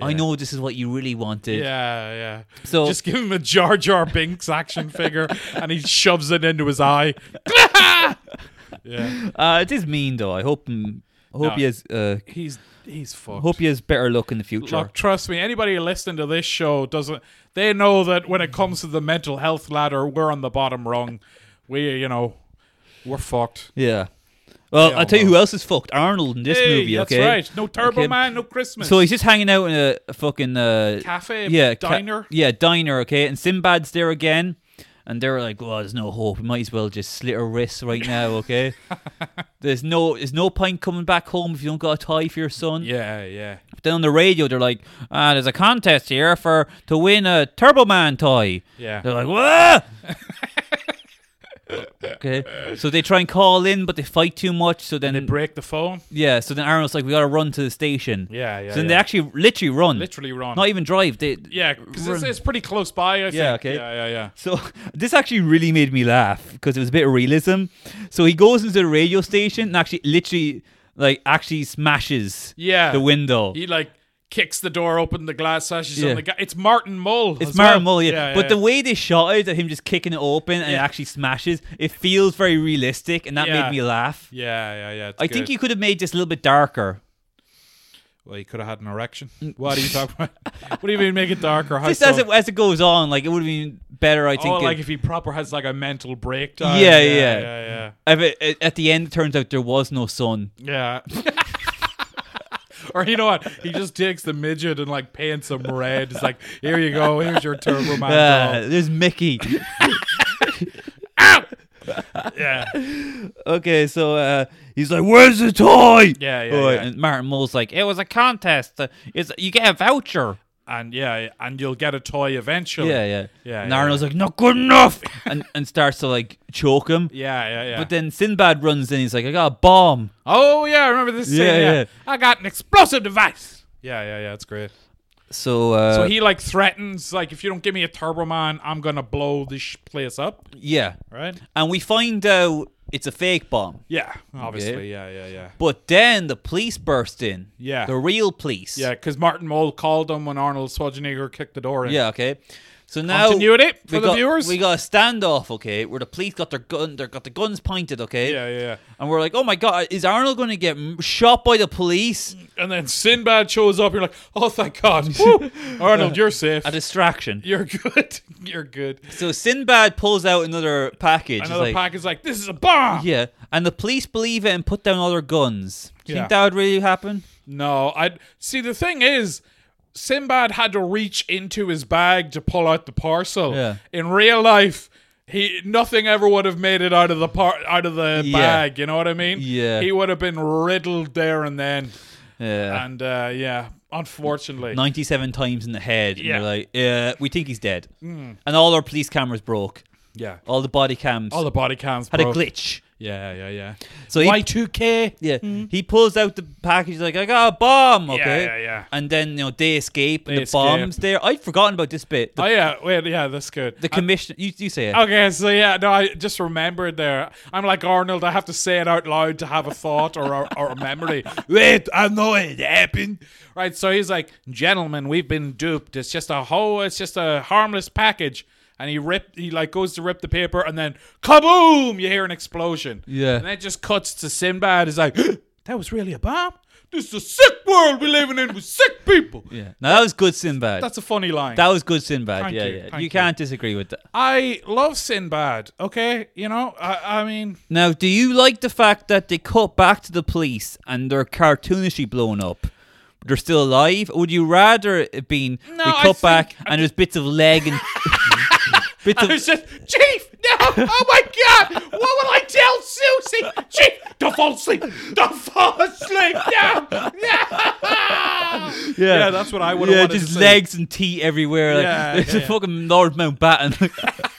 A: I know this is what you really wanted.
B: Yeah, yeah.
A: So-
B: just give him a Jar Jar Binks action figure, and he shoves it into his eye. yeah,
A: Uh, it is mean though. I hope him. I hope
B: No.
A: he has. Uh,
B: he's he's fucked.
A: hope he has better luck in the future.
B: Look, trust me. Anybody listening to this show doesn't. They know that when it comes to the mental health ladder, we're on the bottom rung. We, you know, we're fucked.
A: Yeah. Well,
B: Yeah,
A: I'll tell you
B: well.
A: who else is fucked. Arnold in this
B: hey,
A: movie.
B: that's
A: okay.
B: right. No Turbo
A: Okay.
B: Man, no Christmas.
A: So he's just hanging out in a, a fucking uh,
B: cafe,
A: yeah, ca-
B: diner.
A: yeah, diner. Okay, and Sinbad's there again, and they're like, "Well, there's no hope. We might as well just slit our wrists right now." Okay, there's no, there's no point coming back home if you don't got a tie for your son.
B: yeah, yeah.
A: But then on the radio, they're like, "Ah, there's a contest here for to win a Turbo Man tie."
B: Yeah.
A: They're like, "Whoa!" okay, so they try and call in, but they fight too much. So then,
B: They break the phone.
A: yeah, so then Aaron's like, "We gotta run to the station."
B: Yeah, yeah.
A: So then
B: yeah.
A: they actually literally run,
B: literally run.
A: not even drive. They
B: yeah, because it's,
A: run.
B: it's pretty close by. I
A: Yeah,
B: think.
A: okay.
B: Yeah, yeah, yeah.
A: So this actually really made me laugh because it was a bit of realism. So he goes into the radio station and actually literally like actually smashes
B: Yeah.
A: the window.
B: He like kicks the door open, the glass sashes
A: Yeah.
B: on the guy. It's Martin Mull.
A: It's
B: as
A: Martin
B: well.
A: Mull, yeah. but
B: yeah.
A: the way they shot it, at him just kicking it open and it
B: Yeah.
A: actually smashes, it feels very realistic, and that
B: Yeah.
A: made me laugh.
B: yeah, yeah, yeah. it's
A: I think
B: good.
A: you could have made this a little bit darker.
B: Well, he could have had an erection. What are you talking about? what do you mean make it darker? How
A: Just as it
B: so?
A: as it goes on, like it would have been better. I think.
B: oh,
A: if-
B: like if he proper has like a mental breakdown.
A: Yeah,
B: yeah,
A: yeah.
B: yeah. yeah.
A: if it, it- at the end, it turns out there was no sun.
B: Yeah. or you know what? He just takes the midget and like paints him red. It's like, here you go. Here's your Turbo Man
A: Uh,
B: doll.
A: there's Mickey.
B: Yeah.
A: Okay, so uh, he's like, "Where's the toy?"
B: Yeah, yeah,
A: Oh,
B: yeah.
A: And Martin Mull's like, "It was a contest. Uh, It's you get a voucher."
B: and yeah, and you'll get a toy eventually.
A: Yeah, yeah.
B: Yeah,
A: And
B: yeah,
A: Arno's like, not good enough, and and starts to like choke him.
B: yeah, yeah, yeah.
A: But then Sinbad runs in. He's like, I got a bomb.
B: oh yeah, I remember this.
A: Yeah,
B: scene, yeah.
A: yeah.
B: I got an explosive device. Yeah, yeah, yeah. It's great.
A: So, uh,
B: So he like threatens, like, if you don't give me a Turbo Man, I'm gonna blow this sh- place up.
A: yeah,
B: Right?
A: and we find out it's a fake bomb.
B: Yeah, obviously. Yeah, yeah, yeah.
A: But then the police burst in.
B: Yeah.
A: the real police.
B: Yeah, because Martin Mull called him when Arnold Schwarzenegger kicked the door in.
A: yeah. Okay. So now
B: Continuity for
A: we
B: the
A: got,
B: viewers.
A: We got a standoff, okay, where the police got their gun, they got the guns pointed, okay,
B: yeah, yeah, yeah.
A: and we're like, oh my god, is Arnold going to get m- shot by the police?
B: And then Sinbad shows up. You're like, oh, thank God. Woo! Arnold, you're safe.
A: A distraction.
B: You're good. You're good.
A: So Sinbad pulls out another package. He's
B: Another
A: like,
B: pack is like, this is a bomb.
A: Yeah, and the police believe it and put down all their guns. Do you
B: Yeah.
A: think that would really happen?
B: No, I see. The thing is, Sinbad had to reach into his bag to pull out the parcel.
A: Yeah.
B: In real life, he nothing ever would have made it out of the par- out of the
A: Yeah.
B: bag. You know what I mean?
A: Yeah.
B: He would have been riddled there and then.
A: Yeah.
B: And uh, yeah, unfortunately.
A: 97 times in the head.
B: Yeah. Mm.
A: And they're like, yeah, we think he's dead. And all our police cameras broke.
B: Yeah.
A: All the body cams
B: All the body cams
A: had a
B: broke.
A: glitch.
B: Yeah, yeah, yeah.
A: So he,
B: Y2K.
A: yeah, he pulls out the package like, I got a bomb, okay?
B: Mm. yeah, yeah.
A: And then, you know, they escape and
B: They
A: the
B: escape.
A: bomb's there. I'd forgotten about this bit. The,
B: Oh yeah, wait, yeah, that's good.
A: the commissioner, you, you say it.
B: Okay, so yeah, no, I just remembered there. I'm like Arnold, I have to say it out loud to have a thought or, or, or a memory. Wait, I know it happened. Right, so he's like, Gentlemen, we've been duped. It's just a whole, it's just a harmless package. And he rip, he like goes to rip the paper, and then kaboom! You hear an explosion.
A: Yeah.
B: and it just cuts to Sinbad. Is like, that was really a bomb. This is a sick world we're living in with sick people.
A: Yeah. Now, that was good Sinbad.
B: That's a funny line.
A: that was good Sinbad.
B: Thank
A: yeah,
B: you,
A: yeah.
B: thank you.
A: You can't disagree with that.
B: I love Sinbad. Okay, you know, I, I mean.
A: Now, do you like the fact that they cut back to the police and they're cartoonishly blown up? but They're still alive. Would you rather it been
B: No,
A: we
B: I
A: cut
B: think-
A: back and there's bits of leg and bits
B: I
A: of
B: was just, Chief, no, oh my God, what will I tell Susie? Chief, don't fall asleep, don't fall asleep, no, no. Yeah, that's what I would have
A: yeah,
B: wanted
A: just
B: to see.
A: legs and teeth everywhere. Like,
B: Yeah,
A: it's
B: yeah,
A: a
B: yeah.
A: fucking Lord Mountbatten.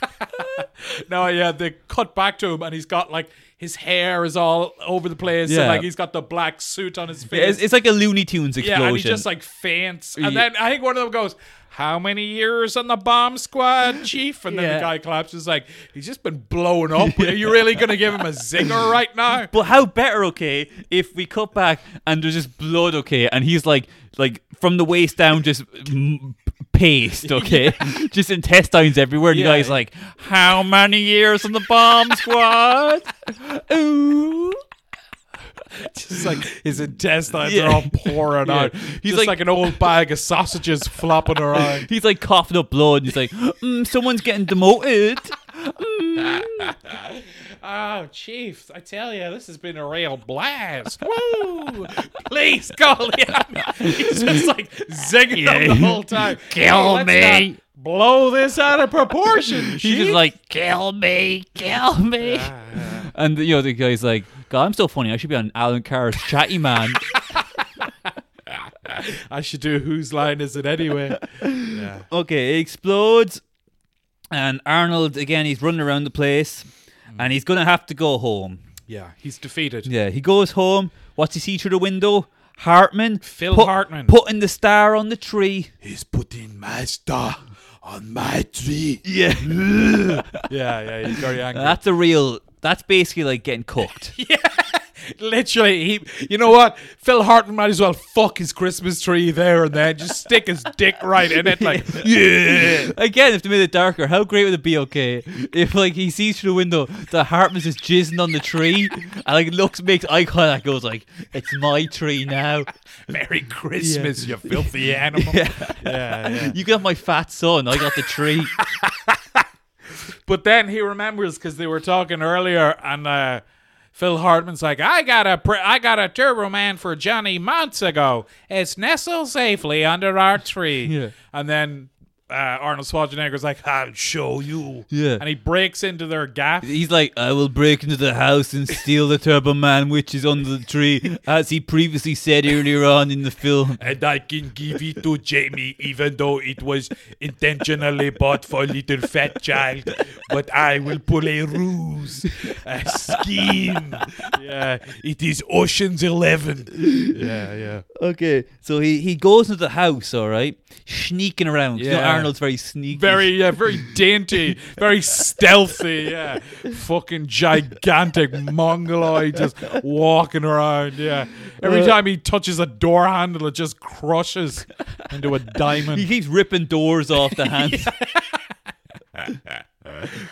B: No, yeah, they cut back to him and he's got like, his hair is all over the place and
A: Yeah.
B: like he's got the black suit on his face.
A: it's, it's like a Looney Tunes explosion.
B: yeah, and he just like faints. And
A: Yeah.
B: then I think one of them goes, how many years on the bomb squad, Chief? And then
A: Yeah.
B: the guy claps. He's like, he's just been blown up. Are you really going to give him a zinger right now?
A: But how better, okay, if we cut back and there's just blood, okay, and he's like, like from the waist down, just m- paste, okay, just intestines everywhere. And
B: Yeah.
A: the guy's like, "How many years on the bomb squad?" Ooh,
B: It's like his intestines
A: Yeah.
B: are all pouring
A: Yeah.
B: out.
A: He's
B: He's
A: like-
B: like, an old bag of sausages flopping around.
A: he's like coughing up blood, and he's like, mm, "Someone's getting demoted."
B: Oh, Chief, I tell you, this has been a real blast. Woo! Please call him. He's just like zinging him the whole time.
A: Kill
B: Oh, let's
A: me.
B: not Blow this out of proportion.
A: He's
B: Chief. Ah.
A: just like, "Kill me, kill me," and you know the guy's like, "God, I'm so funny. I should be on Alan Carr's Chatty Man."
B: I should do whose line is it anyway? yeah.
A: Okay, it explodes, and Arnold again. He's running around the place,
B: Mm.
A: and he's gonna have to go home.
B: yeah, he's defeated.
A: Yeah, he goes home. What's he see through the window? Hartman,
B: Phil
A: put-
B: Hartman.
A: putting the star on the tree.
B: He's putting my star on my tree.
A: Yeah,
B: Yeah, yeah, he's very angry.
A: that's a real. That's basically like getting cooked.
B: Literally, he. You know what? Phil Hartman might as well fuck his Christmas tree there and then just stick his dick right in it, like yeah.
A: Again, if they made it darker, how great would it be? Okay, if like he sees through the window that Hartman's just jizzing on the tree, and like looks makes eye contact, goes like, "It's my tree now."
B: Merry Christmas, you filthy animal. Yeah. yeah,
A: You got my fat son. I got the tree.
B: But then he remembers because they were talking earlier, and uh, Phil Hartman's like, "I got a, pr- I got a Turbo Man for Johnny months ago. It's nestled safely under our tree."
A: Yeah.
B: And then uh, Arnold Schwarzenegger's like, I'll show you.
A: Yeah.
B: And he breaks into their gap.
A: He's like, I will break into the house and steal the Turbo Man, which is under the tree, as he previously said earlier on in the film.
B: And I can give it to Jamie, even though it was intentionally bought for little fat child. But I will pull a ruse, a scheme. Yeah, it is Ocean's Eleven. Yeah, yeah.
A: Okay, so he, he goes into the house, all right, sneaking around. You know,
B: Yeah.
A: Arnold's very sneaky.
B: Very, yeah, very dainty, very stealthy. Yeah, fucking gigantic mongoloid just walking around. Yeah, every time he touches a door handle, it just crushes into a
A: He
B: diamond.
A: keeps ripping doors off the hands.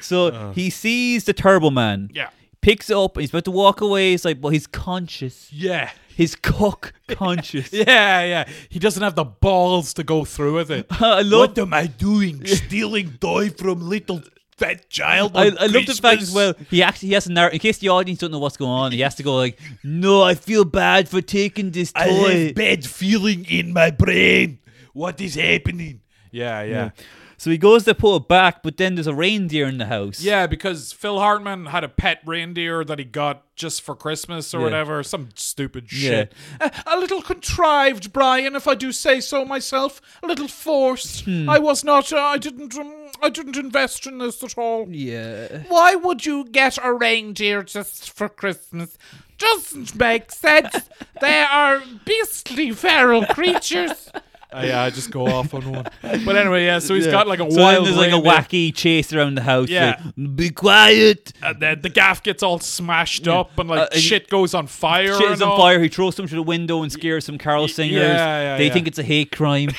A: so he sees the Turbo Man.
B: Yeah.
A: Picks it up. He's about to walk away. He's like, well, he's conscious.
B: Yeah.
A: He's cock conscious.
B: Yeah, yeah. He doesn't have the balls to go through with it.
A: I love
B: am I doing? Stealing toy from little fat child?
A: I,
B: on
A: I love the fact as
B: Christmas?
A: well. He actually he has to narrate in case the audience don't know what's going on. He has to go like, "No, I feel bad for taking this toy."
B: bad feeling in my brain. What is happening? Yeah, yeah.
A: so he goes to put it back, but then there's a reindeer in the house.
B: Yeah, because Phil Hartman had a pet reindeer that he got just for Christmas or
A: Yeah.
B: whatever, some stupid shit. A, a little contrived, Brian, if I do say so myself. A little forced. I was not. Uh, I didn't. Um, I didn't invest in this at all.
A: yeah.
B: Why would you get a reindeer just for Christmas? Doesn't make sense. they are beastly feral creatures. Uh, yeah, I just go off on one. But anyway, yeah. So he's
A: Yeah.
B: got like a
A: so then
B: wild,
A: there's like a
B: reindeer.
A: wacky chase around the house.
B: Yeah.
A: like, be quiet.
B: And then the gaff gets all smashed up, and like
A: Uh, and
B: shit goes on fire.
A: Shit is
B: and
A: on
B: all.
A: fire. He throws them through the window and scares some carol singers.
B: yeah,
A: they
B: yeah.
A: think it's a hate crime.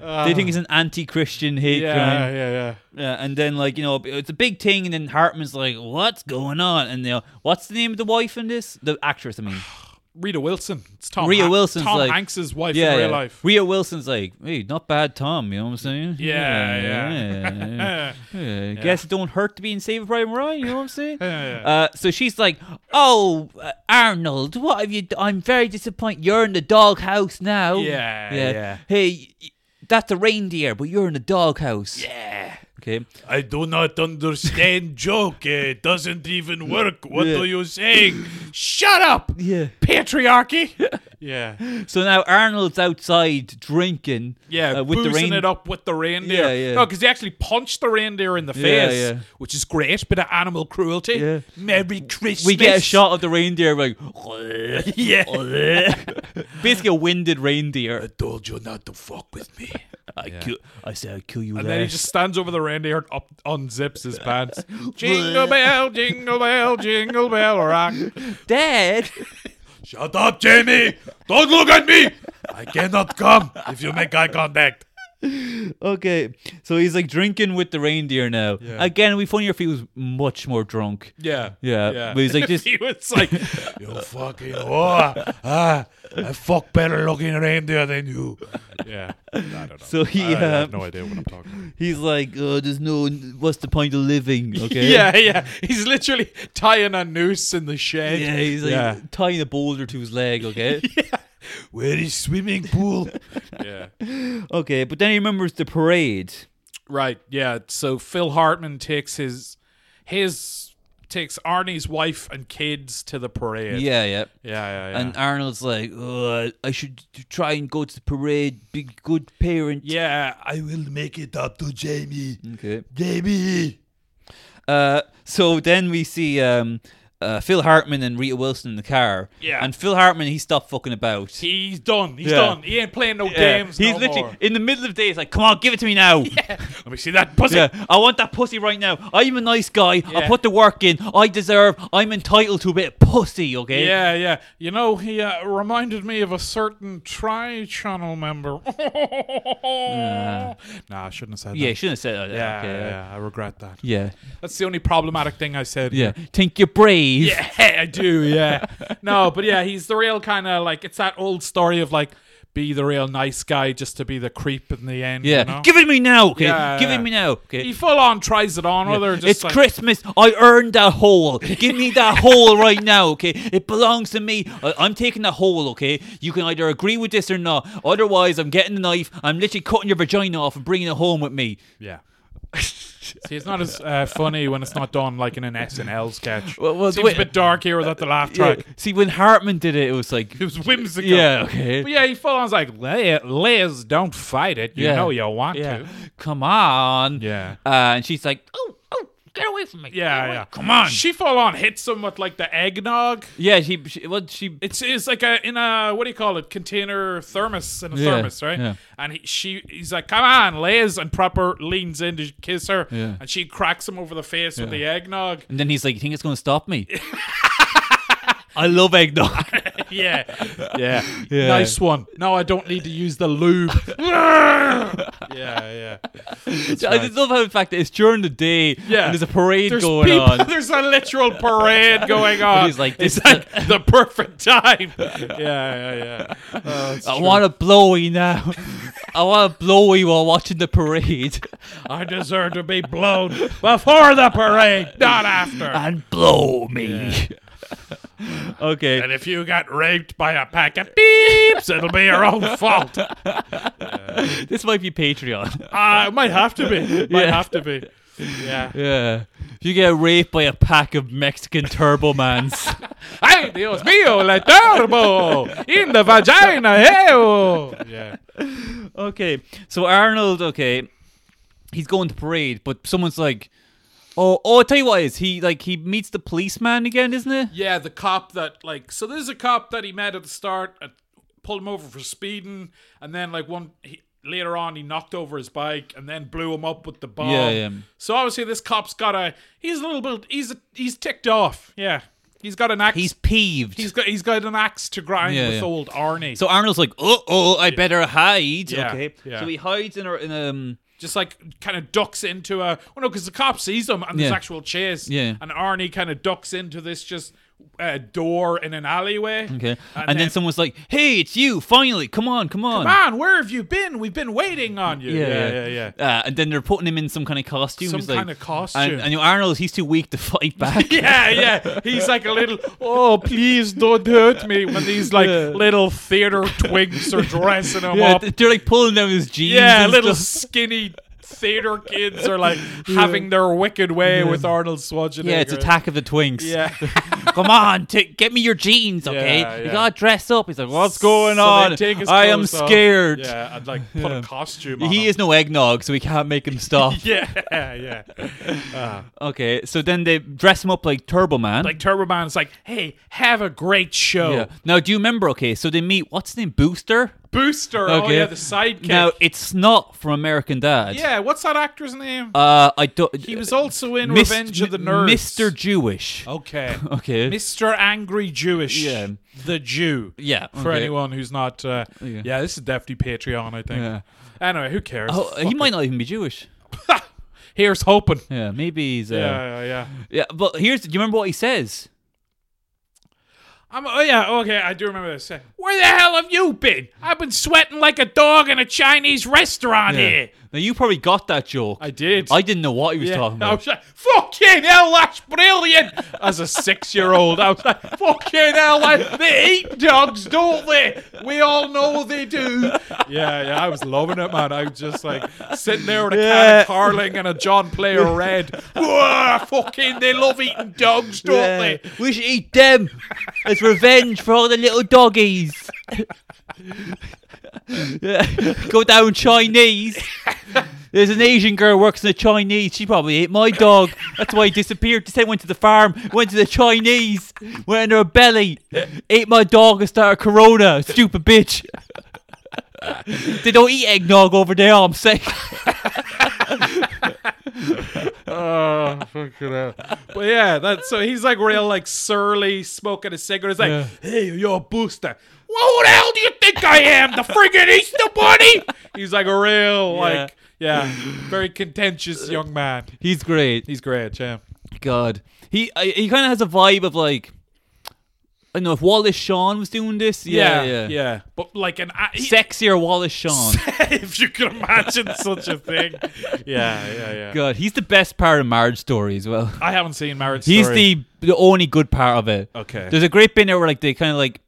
A: they think it's an anti-Christian hate crime.
B: Yeah, yeah, yeah.
A: Yeah, Uh, and then like you know, it's a big thing, and then Hartman's like, "What's going on?" And you know, what's the name of the wife in this? The actress, I mean.
B: Rita Wilson. It's Tom.
A: Rita
B: Han-
A: Wilson's
B: Tom
A: like-
B: Hanks's wife
A: Yeah,
B: in real
A: yeah.
B: life.
A: Rhea Wilson's like, "Hey, not bad, Tom." You know what I'm saying?
B: Yeah, yeah.
A: yeah, yeah. Guess it don't hurt to be in Saving Private Ryan. You know what I'm saying?
B: Yeah, yeah.
A: Uh, so she's like, "Oh, uh, Arnold, what have you? D- I'm very disappointed. You're in the doghouse now."
B: Yeah, yeah.
A: Hey, y- that's a reindeer, but you're in the doghouse.
B: yeah.
A: Okay.
B: I do not understand joke. It doesn't even work. What
A: Yeah.
B: are you saying? Shut up.
A: Yeah.
B: Patriarchy. yeah.
A: So now Arnold's outside drinking.
B: Yeah,
A: uh, with the
B: boozing
A: rain.
B: it up with the reindeer.
A: Yeah, yeah.
B: No, because he actually punched the reindeer in the
A: Yeah,
B: face,
A: yeah.
B: which is great. Bit of animal cruelty.
A: Yeah.
B: Merry Christmas.
A: We get a shot of the reindeer like
B: Yeah.
A: basically a winded reindeer.
B: told you not to fuck with me.
A: I kill, I said I'll kill you.
B: And then he
A: last.
B: just stands over the reindeer and up, unzips his pants. jingle bell, jingle bell, jingle bell rock.
A: Dad,
B: Shut up, Jamie! Don't look at me! I cannot come if you make eye contact.
A: okay, so he's like drinking with the reindeer now. Again, we funnier if he was much more drunk.
B: Yeah.
A: Yeah, but he's like, just-
B: he was like, you fucking whore. Ah, I fuck better looking reindeer than you. Yeah. I don't know.
A: So he,
B: I, I have
A: um,
B: no idea what I'm talking about.
A: He's like, oh, there's no, what's the point of living? Okay,
B: Yeah, yeah. He's literally tying a noose in the shed.
A: yeah. He's like
B: Yeah.
A: tying a boulder to his leg. Okay,
B: Where is swimming pool? yeah.
A: okay, but then he remembers the parade.
B: Right. Yeah. So Phil Hartman takes his his takes Arnie's wife and kids to the parade.
A: Yeah,
B: Yeah.
A: yeah.
B: Yeah. Yeah. yeah.
A: And Arnold's like, oh, I should try and go to the parade, be a good parent.
B: yeah, I will make it up to Jamie.
A: Okay.
B: Jamie.
A: Uh, so then we see um, uh, Phil Hartman and Rita Wilson in the car.
B: Yeah.
A: And Phil Hartman, he stopped fucking about.
B: He's done. He's
A: Yeah.
B: done. He ain't playing no
A: Yeah.
B: games.
A: He's
B: no
A: literally
B: more.
A: in the middle of the day. He's like, "Come on, give it to me now." Yeah.
B: Let me see that pussy.
A: I want that pussy right now. I'm a nice guy. I
B: Yeah.
A: put the work in. I deserve. I'm entitled to a bit of pussy. Okay.
B: Yeah, yeah. You know, he uh, reminded me of a certain Tri Channel member. Nah, I shouldn't have said
A: Yeah.
B: that.
A: Shouldn't have said that.
B: Yeah,
A: okay.
B: yeah, I regret that.
A: Yeah.
B: That's the only problematic thing I said.
A: Yeah. Think you're brave. Steve.
B: Yeah, I do. Yeah. No, but yeah, he's the real kind of like it's that old story of like be the real nice guy just to be the creep in the end.
A: Yeah.
B: You know?
A: Give it me now. Okay.
B: Yeah,
A: Give
B: yeah.
A: it me now.
B: he
A: Okay.
B: full on tries it on. Other just
A: It's
B: like,
A: Christmas. I earned that hole. Give me that hole right now, okay? It belongs to me. I- I'm taking that hole, okay? You can either agree with this or not. Otherwise, I'm getting the knife. I'm literally cutting your vagina off and bringing it home with me.
B: Yeah. See, it's not as uh, funny when it's not done like in an SNL sketch.
A: Well, well,
B: Seems
A: wait-
B: a bit dark here without the laugh track.
A: Yeah. See, when Hartman did it, it was like,
B: It was whimsical.
A: yeah, okay.
B: But yeah, he full on's like, "Li- Liz, don't fight it. You
A: Yeah.
B: know you want
A: yeah.
B: to.
A: Come on.
B: Yeah.
A: Uh, and she's like, oh, oh, get away from me.
B: Yeah, yeah.
A: Come on.
B: She full on hits him with like the eggnog.
A: Yeah, she, she, what, she,
B: It's, it's like a in a what do you call it container thermos in a
A: Yeah,
B: thermos right
A: yeah.
B: and he, she he's like come on Liz and proper leans in to kiss her
A: Yeah.
B: and she cracks him over the face with the
A: Yeah.
B: eggnog
A: and then he's like, you think it's going to stop me? I love eggnog.
B: yeah. yeah
A: Yeah.
B: nice one no I don't need to use the lube yeah yeah
A: I just love how the fact that it's during the day
B: Yeah.
A: and there's a parade
B: there's
A: going
B: people,
A: on.
B: There's a literal parade going on.
A: he's like,
B: it's
A: this-
B: like the perfect time. Yeah, yeah, yeah. Oh, it's
A: I
B: true.
A: want a blowy now. I want a blowy while watching the parade.
B: I deserve to be blown before the parade, not after.
A: And blow me. okay.
B: And if you got raped by a pack of beeps, it'll be your own fault. Uh,
A: This might be Patreon.
B: it might have to be. Might
A: Yeah.
B: have to be. Yeah.
A: yeah. If you get raped by a pack of Mexican turbomans.
B: Ay, Dios mío, la turbo in the vagina. eh, oh. Ew. Yeah.
A: Okay, so Arnold, okay, he's going to parade, but someone's like, "Oh, oh, I tell you what it is he like he meets the policeman again, isn't it?"
B: Yeah, the cop that like so there's a cop that he met at the start, uh, pulled him over for speeding, and then like one he, later on he knocked over his bike and then blew him up with the ball.
A: Yeah, yeah.
B: So obviously this cop's got a he's a little bit he's a, he's ticked off. Yeah, he's got an axe.
A: He's peeved.
B: he's got he's got an axe to grind
A: Yeah,
B: with
A: yeah.
B: old Arnie.
A: so Arnold's like, "Oh, oh, I better hide."
B: Yeah,
A: okay,
B: yeah.
A: so he hides in a in um.
B: just like kind of ducks into a well no because the cop sees him and there's
A: Yeah.
B: actual chase.
A: Yeah.
B: and Arnie kind of ducks into this just. uh door in an alleyway.
A: Okay, and, then,
B: then-
A: someone's like, "Hey, it's you! Finally, come on, come on!"
B: Man, where have you been? We've been waiting on you.
A: Uh, and then they're putting him in some kind of costume.
B: Some
A: He's like-
B: kind of costume.
A: And, and you know, Arnold, he's too weak to fight back.
B: Yeah, yeah. He's like a little, oh, please don't hurt me when these like
A: Yeah.
B: little theater twigs are dressing him
A: Yeah,
B: up.
A: they're like pulling down his jeans.
B: yeah,
A: and
B: little
A: stuff.
B: skinny theater kids are like having their wicked way with Arnold Schwarzenegger.
A: Yeah, it's Attack of the Twinks.
B: Yeah.
A: Come on, t- get me your jeans, okay?
B: Yeah,
A: You
B: yeah.
A: gotta dress up. He's like, what's going
B: So they
A: on?
B: take his
A: I am
B: clothes off.
A: scared.
B: Yeah, Uh-huh. I'd like put a costume on.
A: He
B: him.
A: is no eggnog, so we can't make him stop.
B: Yeah, yeah.
A: okay, so then they dress him up like Turbo Man.
B: Like Turbo Man's like, hey, have a great show.
A: yeah. Now, do you remember? Okay, so they meet what's his name, Booster.
B: Booster, oh
A: Okay.
B: yeah, the sidekick.
A: Now it's Snot from American Dad.
B: Yeah, what's that actor's name?
A: Uh, I don't.
B: he was also in
A: Mis-
B: Revenge of the
A: M-
B: Nerds. Oh.
A: Mr. Jewish.
B: Okay.
A: Okay.
B: Mr. Angry Jewish.
A: Yeah.
B: The Jew.
A: yeah.
B: For
A: okay.
B: anyone who's not. Uh, yeah.
A: Yeah.
B: this is definitely Patreon, I think.
A: Yeah.
B: Anyway, who cares?
A: Oh, he
B: Fuck
A: might not even be Jewish.
B: it. Here's hoping.
A: Yeah, maybe he's. Uh,
B: Yeah, yeah, yeah.
A: yeah, but here's. Do you remember what he says?
B: I'm, oh, yeah, okay, I do remember this. Where the hell have you been? I've been sweating like a dog in a Chinese restaurant here.
A: Now you probably got that joke.
B: I did.
A: I didn't know what he was
B: Yeah, Oh,
A: talking
B: I
A: about.
B: was like, fucking hell, that's brilliant. As a six year old, I was like, fucking hell, like, they eat dogs, don't they? We all know they do. Yeah, yeah, I was loving it, man. I was just like sitting there with a can
A: Yeah.
B: of Carling and a John Player Red. Wah, fucking, they love eating dogs, don't they?
A: We should eat them. it's revenge for all the little doggies. Yeah. Go down Chinese. There's an Asian girl works in the Chinese. She probably ate my dog. That's why he disappeared. Just went to the farm, went to the Chinese, went in her belly, ate my dog and started corona. Stupid bitch. they don't eat eggnog over there. I'm sick.
B: Oh, fucking hell. But yeah, that's so he's like real, like surly, smoking a cigarette. It's like,
A: Yeah.
B: hey, you're a booster. Who the hell do you think I am? The friggin' Easter Bunny? He's like a real,
A: Yeah.
B: like, yeah, very contentious young man.
A: He's great.
B: He's great, yeah.
A: God, he I, he kind of has a vibe of like I don't know if Wallace Shawn was doing this. Yeah, yeah.
B: But like an a- he-
A: Sexier Wallace Shawn.
B: if you can imagine such a thing. Yeah, yeah, yeah.
A: God, he's the best part of Marriage Story as well.
B: I haven't seen Marriage
A: He's
B: Story.
A: the the only good part of it.
B: okay.
A: There's a great bit there where like they kind of like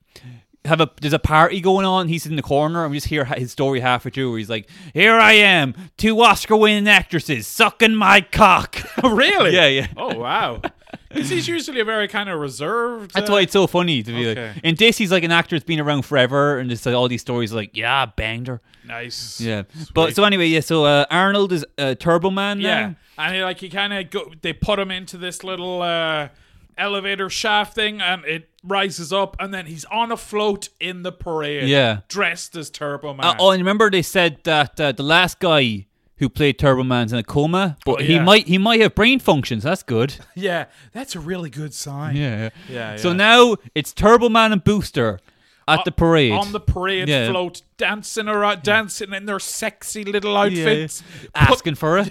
A: have a there's a party going on. He's in the corner, and we just hear ha- his story halfway through, where he's like, "Here I am, two Oscar-winning actresses sucking my cock."
B: really?
A: yeah, yeah.
B: Oh wow. Because he's usually a very kind of reserved.
A: That's
B: uh,
A: why it's so funny to be
B: Okay.
A: like. And this, he's like an actor that's been around forever, and it's like all these stories like, "Yeah, I banged her."
B: nice.
A: Yeah, but
B: Sweet.
A: so anyway, yeah. So uh, Arnold is uh, Turbo Man.
B: Yeah,
A: now.
B: and he like he kind of go. They put him into this little uh, elevator shaft thing, and it rises up, and then he's on a float in the parade.
A: Yeah.
B: dressed as Turbo Man.
A: Uh, oh, and remember they said that uh, the last guy who played Turbo Man's in a coma, but he
B: Oh, yeah.
A: might he might have brain functions. That's good.
B: yeah, that's a really good sign.
A: Yeah.
B: yeah.
A: So
B: yeah.
A: now it's Turbo Man and Booster at the parade.
B: on the parade
A: Yeah.
B: float, dancing around, dancing in their sexy little
A: Yeah.
B: outfits,
A: asking for it.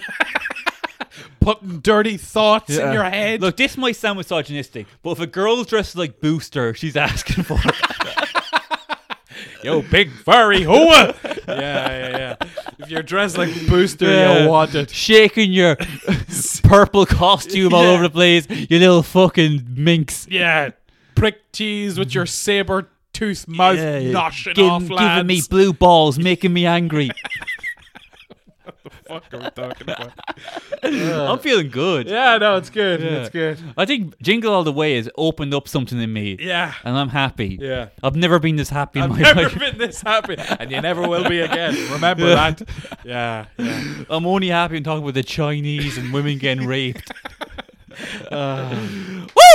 B: putting dirty thoughts
A: Yeah.
B: in your head.
A: Look, this might sound misogynistic, but if a girl's dressed like Booster, she's asking for it.
B: yo, big furry hooah! yeah, yeah, yeah. If you're dressed like Booster,
A: Yeah.
B: you'll want it.
A: Shaking your purple costume all
B: Yeah.
A: over the place, you little fucking minx.
B: Yeah, prick tease with your saber tooth mouth
A: Yeah, yeah.
B: noshing
A: Giving-
B: off,
A: giving
B: lads.
A: me blue balls, making me angry.
B: Fuck are we talking about?
A: I'm feeling good.
B: yeah, no, it's good. It's good.
A: I think Jingle All the Way has opened up something in me,
B: Yeah,
A: and I'm happy.
B: yeah.
A: I've never been this happy in
B: I've
A: my
B: never
A: life.
B: been this happy, and you never will be again. Remember
A: Yeah.
B: that. Yeah, yeah.
A: I'm only happy when talking about the Chinese and women getting raped. Uh,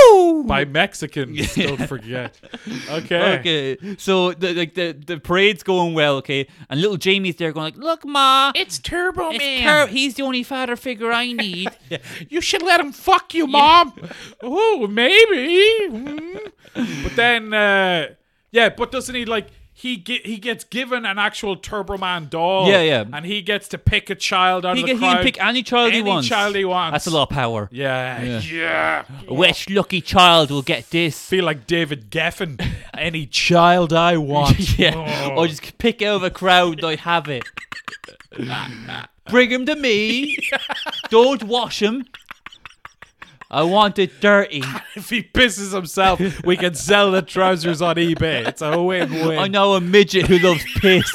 A: Woo!
B: By Mexicans, don't forget. Okay.
A: Okay, so the, like the the parade's going well, okay, and little Jamie's there going like, "Look, ma,
B: It's Turbo
A: it's
B: Man.
A: Tur- he's the only father figure I need."
B: you should let him fuck you, mom. oh, maybe. Mm. But then, uh, yeah. But doesn't he like he get he gets given an actual Turbo Man doll?
A: Yeah, yeah.
B: And he gets to pick a child out
A: he,
B: of
A: can,
B: the
A: he
B: crowd.
A: can pick any child he
B: Any
A: wants.
B: child he wants.
A: That's a lot of power.
B: Yeah, yeah.
A: Which lucky child will get this?
B: Feel like David Geffen. Any child I want.
A: yeah, Oh,
B: Oh.
A: or just pick out of a crowd. I have it. Bring him to me. Don't wash him. I want it dirty.
B: if he pisses himself, we can sell the trousers on eBay. It's a win-win.
A: I know a midget who loves piss.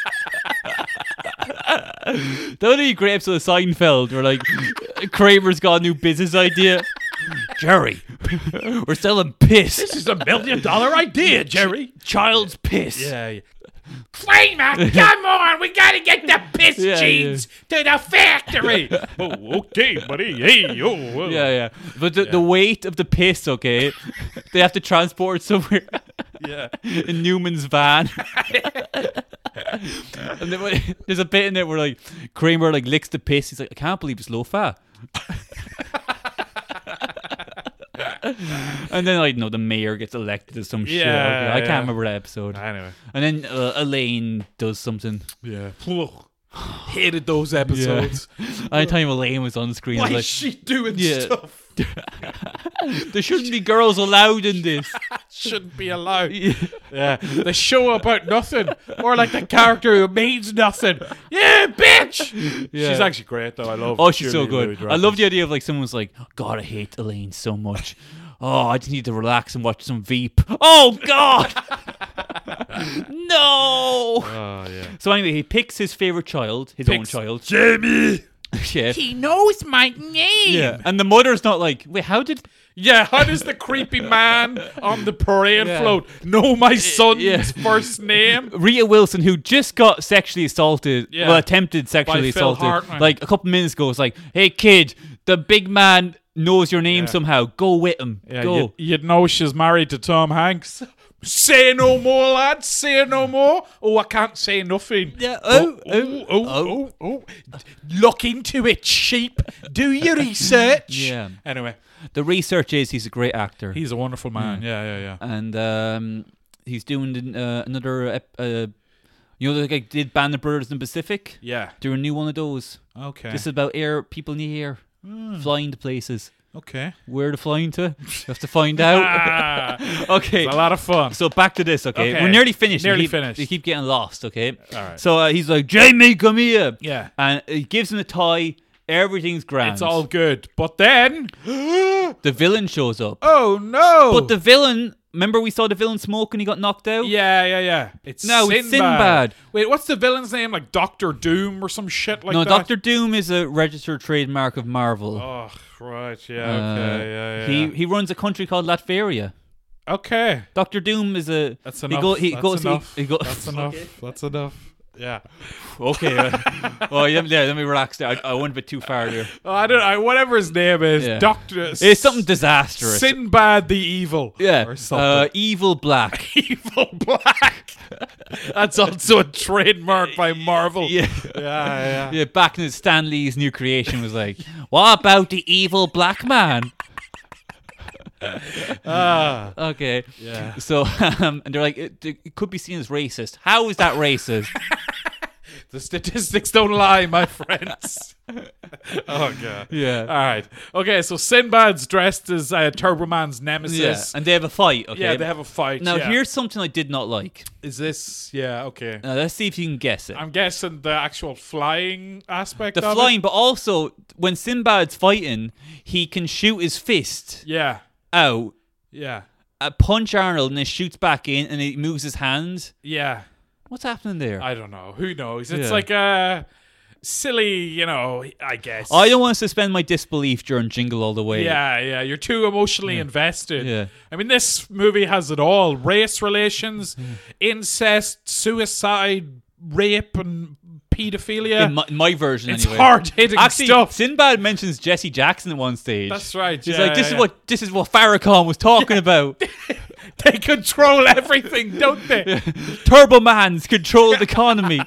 A: that would be a great episode of Seinfeld where like Kramer's got a new business idea. Jerry, we're selling piss.
B: This is a million-dollar idea, Jerry.
A: Child's piss.
B: Yeah. yeah. Kramer, come on, we gotta get the piss
A: Yeah,
B: jeans to the factory. oh, okay, buddy. Hey, yo. whoa.
A: Yeah, yeah. But the, the weight of the piss, okay, they have to transport it somewhere
B: yeah.
A: in Newman's van. and then, when- there's a bit in it where like Kramer like licks the piss. He's like, I can't believe it's low fat. and then like no, the mayor gets elected or some shit.
B: Yeah,
A: Okay, I
B: yeah.
A: can't remember that episode.
B: Anyway.
A: And then uh, Elaine does something.
B: Yeah. Ugh. Hated those episodes.
A: Anytime Elaine was on screen, I
B: Why
A: was
B: is
A: like,
B: she doing
A: Yeah.
B: stuff?
A: there shouldn't be girls allowed in this.
B: Shouldn't be allowed. Yeah. The show about nothing. Or like the character who means nothing. Yeah, bitch.
A: Yeah.
B: She's actually great though. I love
A: Oh, she's so
B: Julia
A: good. I
B: Louis-Dreyfus.
A: love the idea of like someone's like, God, I hate Elaine so much. Oh, I just need to relax and watch some Veep. Oh God, no.
B: Oh yeah.
A: So anyway, he picks his favorite child, his own
B: Picks-
A: child.
B: Jamie.
A: yeah,
B: He knows my name.
A: yeah. And the mother's not like, wait, how did?
B: Yeah, how does the creepy man on the parade
A: Yeah.
B: float know my son's
A: yeah.
B: first name?
A: Rita Wilson, who just got sexually assaulted,
B: Yeah.
A: well, attempted sexually
B: By Phil
A: assaulted,
B: Hartman.
A: like a couple minutes ago, was like, "Hey, kid, the big man knows your name somehow. Go with him. Go."
B: you'd, you'd know she's married to Tom Hanks. Say no more, lad. Say no more. Oh, I can't say nothing.
A: Yeah,
B: Oh,
A: oh,
B: oh, oh, oh, oh, Look into it, sheep. Do your research.
A: Yeah.
B: Anyway,
A: The research is he's a great actor.
B: he's a wonderful man. Yeah, yeah, yeah.
A: and um, he's doing uh, another. ep- Uh, you know, like I did Band of Brothers in the Pacific.
B: Yeah.
A: Do a new one of those.
B: Okay.
A: This is about air people in the air.
B: Hmm.
A: Flying to places.
B: Okay.
A: Where to flying to? You have to find out.
B: Ah,
A: okay.
B: it's a lot of fun.
A: So back to this, okay?
B: Okay.
A: We're nearly finished. We
B: Nearly
A: keep-
B: finished.
A: We keep getting lost, okay?
B: All right.
A: So uh, he's like, Jamie, come here.
B: Yeah.
A: And he gives him a tie. Everything's grand.
B: It's all good. But then.
A: The villain shows up.
B: Oh, no.
A: But the villain, remember we saw the villain smoke and he got knocked out?
B: Yeah, yeah, yeah. It's
A: No,
B: Sinbad.
A: it's Sinbad.
B: Wait, what's the villain's name? Like Doctor Doom or some shit like
A: no,
B: that?
A: Doctor Doom is a registered trademark of Marvel.
B: Oh, right. Yeah.
A: Uh,
B: okay. Yeah. Yeah.
A: He he runs a country called Latveria.
B: okay.
A: Doctor Doom is a.
B: That's
A: he
B: enough.
A: go- he
B: That's
A: goes- he-
B: enough.
A: he go-
B: That's enough. That's enough. Yeah.
A: Okay. uh, oh, yeah, yeah, let me relax there. I, I went a bit too far there.
B: Oh, I don't. I, whatever his name is,
A: Yeah.
B: Doctor.
A: It's something disastrous.
B: Sinbad the Evil.
A: yeah.
B: Or
A: Uh,
B: something.
A: evil Black.
B: Evil Black. That's also a trademark by Marvel.
A: Yeah.
B: Yeah. Yeah.
A: Yeah, back in Stan Lee's new creation was like, what about the evil black man?
B: Ah.
A: Okay.
B: Yeah.
A: So, um, and they're like, it, it could be seen as racist. How is that racist?
B: The statistics don't lie, my friends. oh god.
A: Yeah.
B: All right. Okay. So Sinbad's dressed as uh, Turboman's nemesis.
A: yeah. And they have a fight, okay?
B: Yeah, they have a fight.
A: now,
B: yeah.
A: here's Uh, something I did not like.
B: is this. Yeah. Okay.
A: Now, let's see if you can guess it.
B: I'm guessing the actual flying aspect.
A: the
B: of
A: flying,
B: It?
A: but also when Sinbad's fighting, he can shoot his fist
B: Yeah.
A: out,
B: Yeah.
A: uh, punch Arnold, and then shoots back in, and he moves his hand.
B: Yeah.
A: What's happening there? I,
B: I don't know. Who knows? It's
A: Yeah.
B: like a silly. You know. I guess.
A: don't want to suspend my disbelief during Jingle All the Way.
B: Yeah, yeah, you're too emotionally invested.
A: Yeah.
B: I mean, this movie has it all: race relations, incest, suicide, rape, and pedophilia.
A: in my, in my version
B: it's
A: anyway.
B: hard hitting
A: Actually,
B: stuff.
A: Sinbad mentions Jesse Jackson at one stage.
B: That's right.
A: He's
B: yeah,
A: like, this
B: yeah,
A: is what this is what Farrakhan was talking about.
B: yeah. they control everything, don't they?
A: Turbo Man's controlled economy.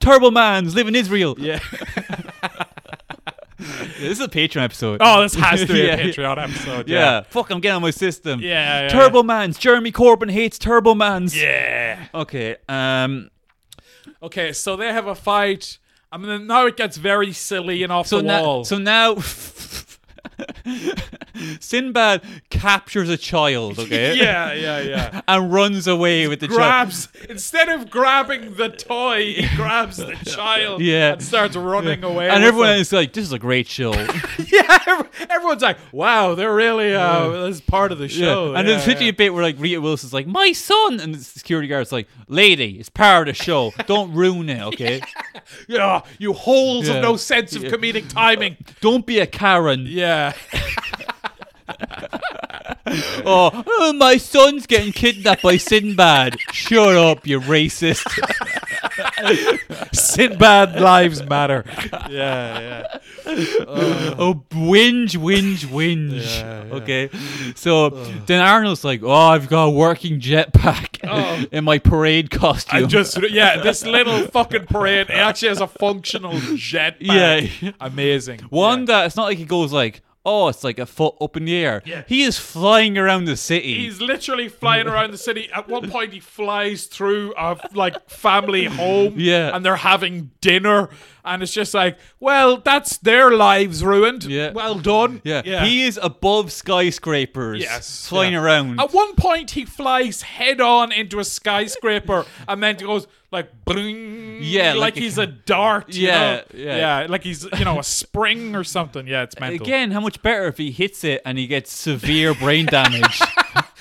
A: Turbo Man's live in Israel.
B: Yeah.
A: This is a Patreon episode.
B: Oh, this has to be
A: Yeah,
B: a Patreon episode.
A: yeah.
B: Yeah.
A: Fuck, I'm getting on my system.
B: Yeah. yeah, yeah.
A: Turbo Man's. Jeremy Corbyn hates Turbo Man's.
B: Yeah.
A: Okay. Um.
B: Okay, so they have a fight. I mean, now it gets very silly and off
A: So
B: the
A: now.
B: wall.
A: So now. Sinbad captures a child. Okay.
B: yeah, yeah, yeah.
A: And runs away with the child.
B: grabs instead of grabbing the toy, he grabs the child
A: Yeah.
B: and starts running away.
A: And
B: with
A: everyone
B: them.
A: is like, "This is a great show."
B: yeah, every- everyone's like, "Wow, they're really uh, this is part of the show."
A: And
B: Yeah,
A: there's literally a bit where like Rita Wilson's like, "My son," and the security guard's like, "Lady, it's part of the show. Don't ruin it, okay?
B: yeah. yeah, you holes
A: Yeah.
B: of no sense of
A: Yeah.
B: comedic timing.
A: Don't be a Karen."
B: Yeah,
A: Oh, oh, my son's getting kidnapped by Sinbad. Shut up, you racist.
B: Sinbad lives matter. Yeah,
A: oh, whinge, whinge, whinge.
B: Yeah, yeah.
A: Okay. So then Arnold's like, oh, I've got a working jetpack
B: Oh.
A: in my parade costume.
B: I just yeah, this little fucking parade it actually has a functional jet.
A: Yeah.
B: amazing.
A: One
B: Yeah.
A: that it's not like he goes like, oh, it's like a foot up in the air.
B: Yeah.
A: He is flying around the city.
B: He's literally flying around the city. At one point, he flies through a like family home,
A: Yeah.
B: and they're having dinner, and it's just like, well, that's their lives ruined.
A: Yeah.
B: well done.
A: yeah. he is above skyscrapers.
B: Yes,
A: flying
B: yeah.
A: around.
B: At one point, he flies head on into a skyscraper, and then he goes like, bling,
A: Yeah,
B: like,
A: like a
B: he's a, dart. you
A: Yeah,
B: know?
A: yeah.
B: yeah, like he's you know a spring or something. Yeah, it's mental.
A: Again, how much better if he hits it and he gets severe brain damage?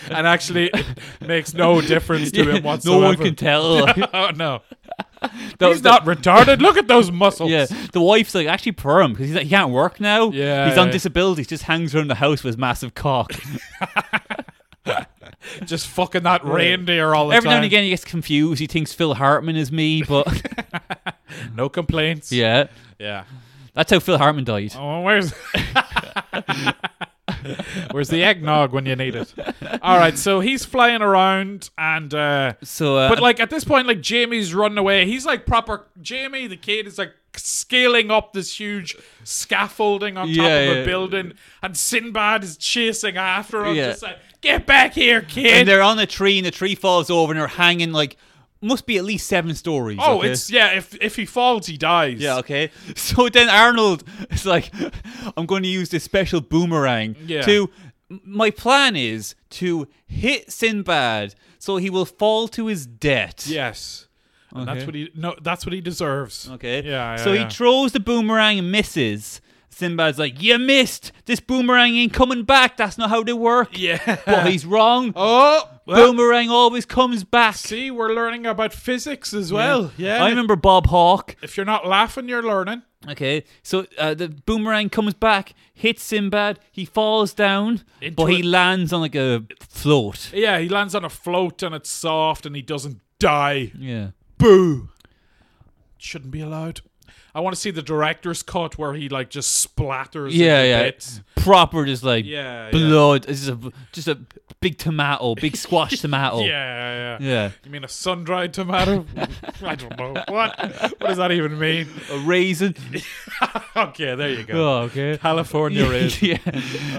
B: and actually, it makes no difference to him
A: no
B: whatsoever.
A: one can tell.
B: Oh no.
A: The-
B: He's
A: the-
B: not retarded. Look at those muscles.
A: Yeah, the wife's like actually perm because he's like, he can't work now.
B: Yeah,
A: he's on
B: yeah.
A: disability. He just hangs around the house with his massive cock.
B: Just fucking that reindeer all the
A: Every now
B: time.
A: and again, he gets confused. He thinks Phil Hartman is me, but
B: No complaints.
A: yeah,
B: Yeah.
A: that's how Phil Hartman died.
B: Oh, where's Where's the eggnog when you need it? All right, so he's flying around and uh
A: So, uh,
B: but like at this point like Jamie's running away. He's like proper Jamie the kid is like scaling up this huge scaffolding on top
A: Yeah,
B: of a
A: yeah.
B: building and Sinbad is chasing after him
A: Yeah.
B: just like get back here kid.
A: and they're on a tree, and the tree falls over, and they're hanging like must be at least seven stories.
B: Oh,
A: okay?
B: it's yeah. If if he falls, he dies.
A: Yeah, okay. So then Arnold is like, I'm going to use this special boomerang
B: Yeah.
A: to. My plan is to hit Sinbad so he will fall to his death.
B: Yes. And
A: Okay.
B: that's what he no. That's what he deserves.
A: Okay.
B: Yeah. yeah
A: so
B: yeah.
A: he throws the boomerang and misses. Sinbad's like, You missed! This boomerang ain't coming back. That's not how they work.
B: yeah.
A: But he's wrong.
B: oh. Well,
A: boomerang always comes back.
B: See, we're learning about physics as well. Yeah.
A: I remember Bob Hawke.
B: if you're not laughing, you're learning.
A: Okay, so uh, the boomerang comes back, hits Sinbad. He falls down,
B: Into
A: but he
B: it.
A: lands on like a float.
B: Yeah. He lands on a float and it's soft and he doesn't die.
A: Yeah.
B: Boo. Shouldn't be allowed. I want to see the director's cut where he like just splatters.
A: Yeah,
B: into
A: yeah.
B: Bits.
A: Proper, just like
B: Yeah. yeah.
A: blood. It's just a, just a big tomato, big squash tomato.
B: Yeah, yeah, yeah.
A: Oh. Yeah.
B: You mean a sun-dried tomato? I don't know. What? What does that even mean?
A: A raisin.
B: Okay, there you go.
A: Oh, okay.
B: California is.
A: yeah.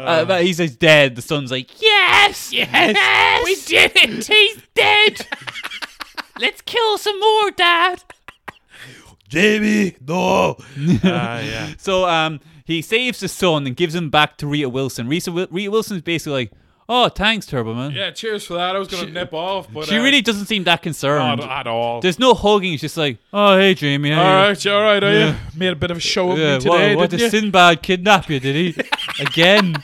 A: Uh, but he says dead. The son's like, yes, yes, we did it. He's dead. Let's kill some more, Dad.
B: Jamie, no. Ah, yeah.
A: So um, he saves his son and gives him back to Rita Wilson. Rita, Wil- Rita Wilson's basically like, "Oh, thanks, Turbo Man."
B: Yeah, cheers for that. I was going to nip off, but
A: She
B: uh,
A: really doesn't seem that concerned.
B: not at all.
A: There's no hugging. It's just like, "Oh, hey, Jamie." how
B: all
A: you-
B: right, all right, are
A: Yeah.
B: you? Made a bit of a show of
A: Yeah,
B: me today,
A: what, what did
B: didn't you?
A: Sinbad kidnap you? Did he again?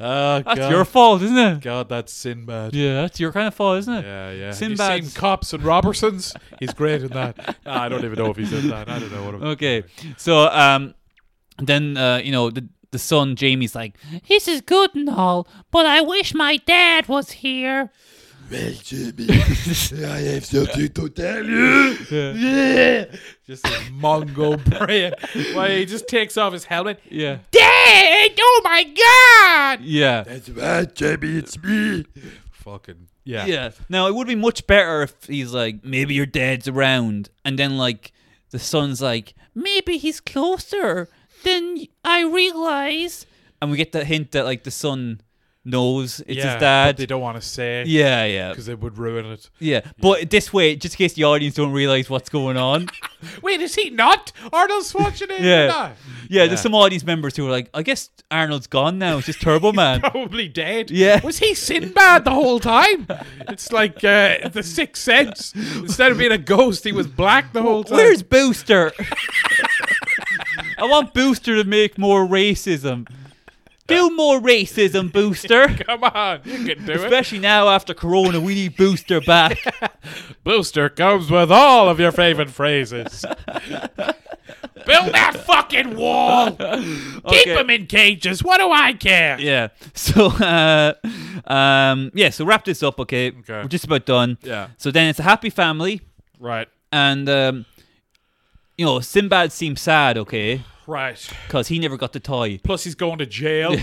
B: oh,
A: That's your fault, isn't it?
B: God, that's Sinbad. Yeah.
A: Yeah, that's your kind of fault, isn't it?
B: Yeah, yeah. Sinbad.
A: Sinbad's-
B: You've seen Cops and Robertsons? He's great in that. Nah, I don't even know if he's in that. I don't know what I'm
A: Okay, so um, then uh, you know the the son Jamie's like, "This is good and all, but I wish my dad was here."
C: Well, Jimmy, I have something to tell you.
B: Yeah. Just a Mongo brain. Why he just takes off his helmet.
A: Yeah,
B: Dad! Oh my god!
A: yeah.
C: That's right, Jimmy, it's me.
B: Fucking yeah.
A: Yeah. Now it would be much better if he's like, maybe your dad's around, and then like the son's like, maybe he's closer than I realize, and we get that hint that like the son knows it's
B: Yeah,
A: his
B: but
A: dad.
B: They don't want to say because
A: yeah, yeah,
B: it would ruin it.
A: yeah. But this way, just in case the audience don't realize what's going on,
B: Wait, is he not Arnold Schwarzenegger?
A: Yeah.
B: No.
A: yeah, there's some audience members who are like, I guess Arnold's gone now. It's just Turbo Man.
B: Probably dead.
A: Yeah.
B: Was he Sinbad the whole time? It's like uh, the Sixth Sense. Instead of being a ghost, he was black the whole time.
A: Where's Booster? I want Booster to make more racism. Do more racism, Booster.
B: Come on, you can do it.
A: Especially now after Corona, we need Booster back.
B: Booster comes with all of your favorite phrases. Build that fucking wall. Keep
A: Okay.
B: them in cages. What do I care?
A: yeah. So, uh, um, yeah. So wrap this up, okay?
B: Okay.
A: We're just about done.
B: Yeah.
A: So then it's a happy family,
B: Right.
A: and um, you know Sinbad seems sad, okay,
B: Right.
A: because he never got the toy.
B: Plus, he's going to jail.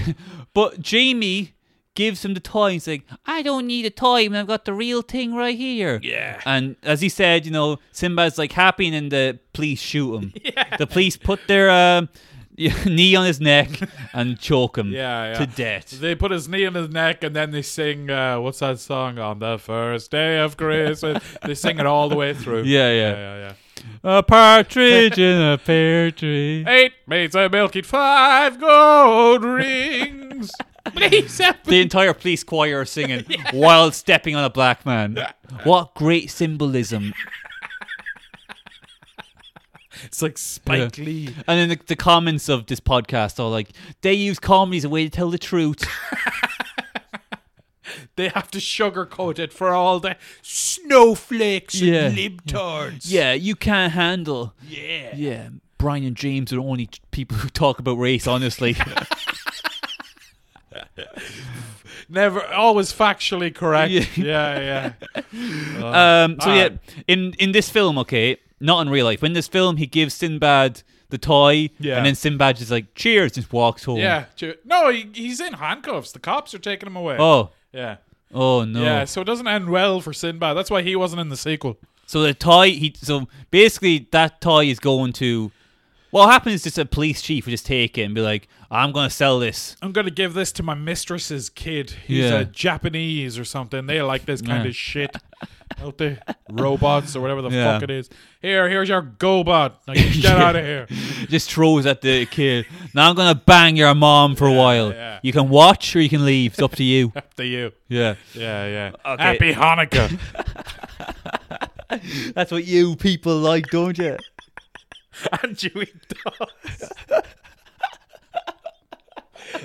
A: But Jamie gives him the toy. He's like, "I don't need a toy, man. I've got the real thing right here."
B: yeah.
A: And as he said, you know, Sinbad's like happy, and then the police shoot him. The police put their um, knee on his neck and choke him
B: Yeah, yeah.
A: to death.
B: They put his knee in his neck and then they sing, uh, what's that song? On the first day of Christmas. they sing it all the way through.
A: Yeah, yeah.
B: yeah, yeah.
A: A partridge in a pear tree.
B: Eight maids I milked five gold rings. Please help me.
A: The entire police choir are singing while stepping on a black man. What great symbolism.
B: It's like Spike Lee.
A: And then the, the comments of this podcast are like, they use comedy as a way to tell the truth.
B: They have to sugarcoat it for all the snowflakes
A: Yeah.
B: and libtards.
A: Yeah, you can't handle.
B: Yeah.
A: Yeah, Brian and James are the only t- people who talk about race, honestly.
B: Never, always factually correct.
A: Yeah.
B: Yeah, yeah.
A: Um, so
B: Ah.
A: yeah, in in this film, okay, not in real life. In this film, he gives Sinbad the toy,
B: Yeah.
A: and then Sinbad just like cheers, just walks home.
B: Yeah. ju- No, he, he's in handcuffs. The cops are taking him away.
A: Oh,
B: Yeah.
A: oh no.
B: Yeah, so it doesn't end well for Sinbad. That's why he wasn't in the sequel.
A: So the toy, he so basically that toy is going to. What happens is just a police chief would just take it and be like, I'm gonna sell this.
B: I'm gonna give this to my mistress's kid. He's
A: Yeah.
B: a Japanese or something. They like this kind
A: Yeah.
B: of shit out there, robots or whatever the
A: Yeah.
B: fuck it is. Here, here's your GoBot. Now you get out of here.
A: Just throws at the kid. Now I'm gonna bang your mom for a while.
B: yeah.
A: You can watch or you can leave. It's up to you.
B: Up to you.
A: Yeah.
B: Yeah, yeah.
A: Okay.
B: Happy Hanukkah.
A: That's what you people like, don't you?
B: and you eat dogs.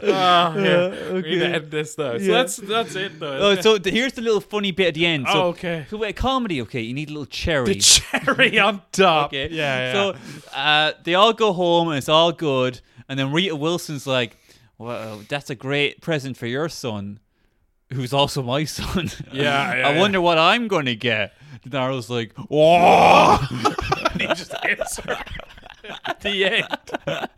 B: Ah, yeah. We need to
A: Uh, okay.
B: end this though. So
A: Yeah.
B: that's that's it though.
A: Oh,
B: isn't
A: so th- here's the little funny bit at the end.
B: it?
A: So,
B: oh, okay.
A: so wait, comedy, okay, you need a little cherry.
B: The cherry on top.
A: okay.
B: Yeah, yeah.
A: So uh, they all go home and it's all good. And then Rita Wilson's like, well, that's a great present for your son, who's also my son.
B: Yeah, yeah,
A: I
B: yeah.
A: wonder what I'm going to get. Danaro's like, whoa.
B: and he just hits her at the end.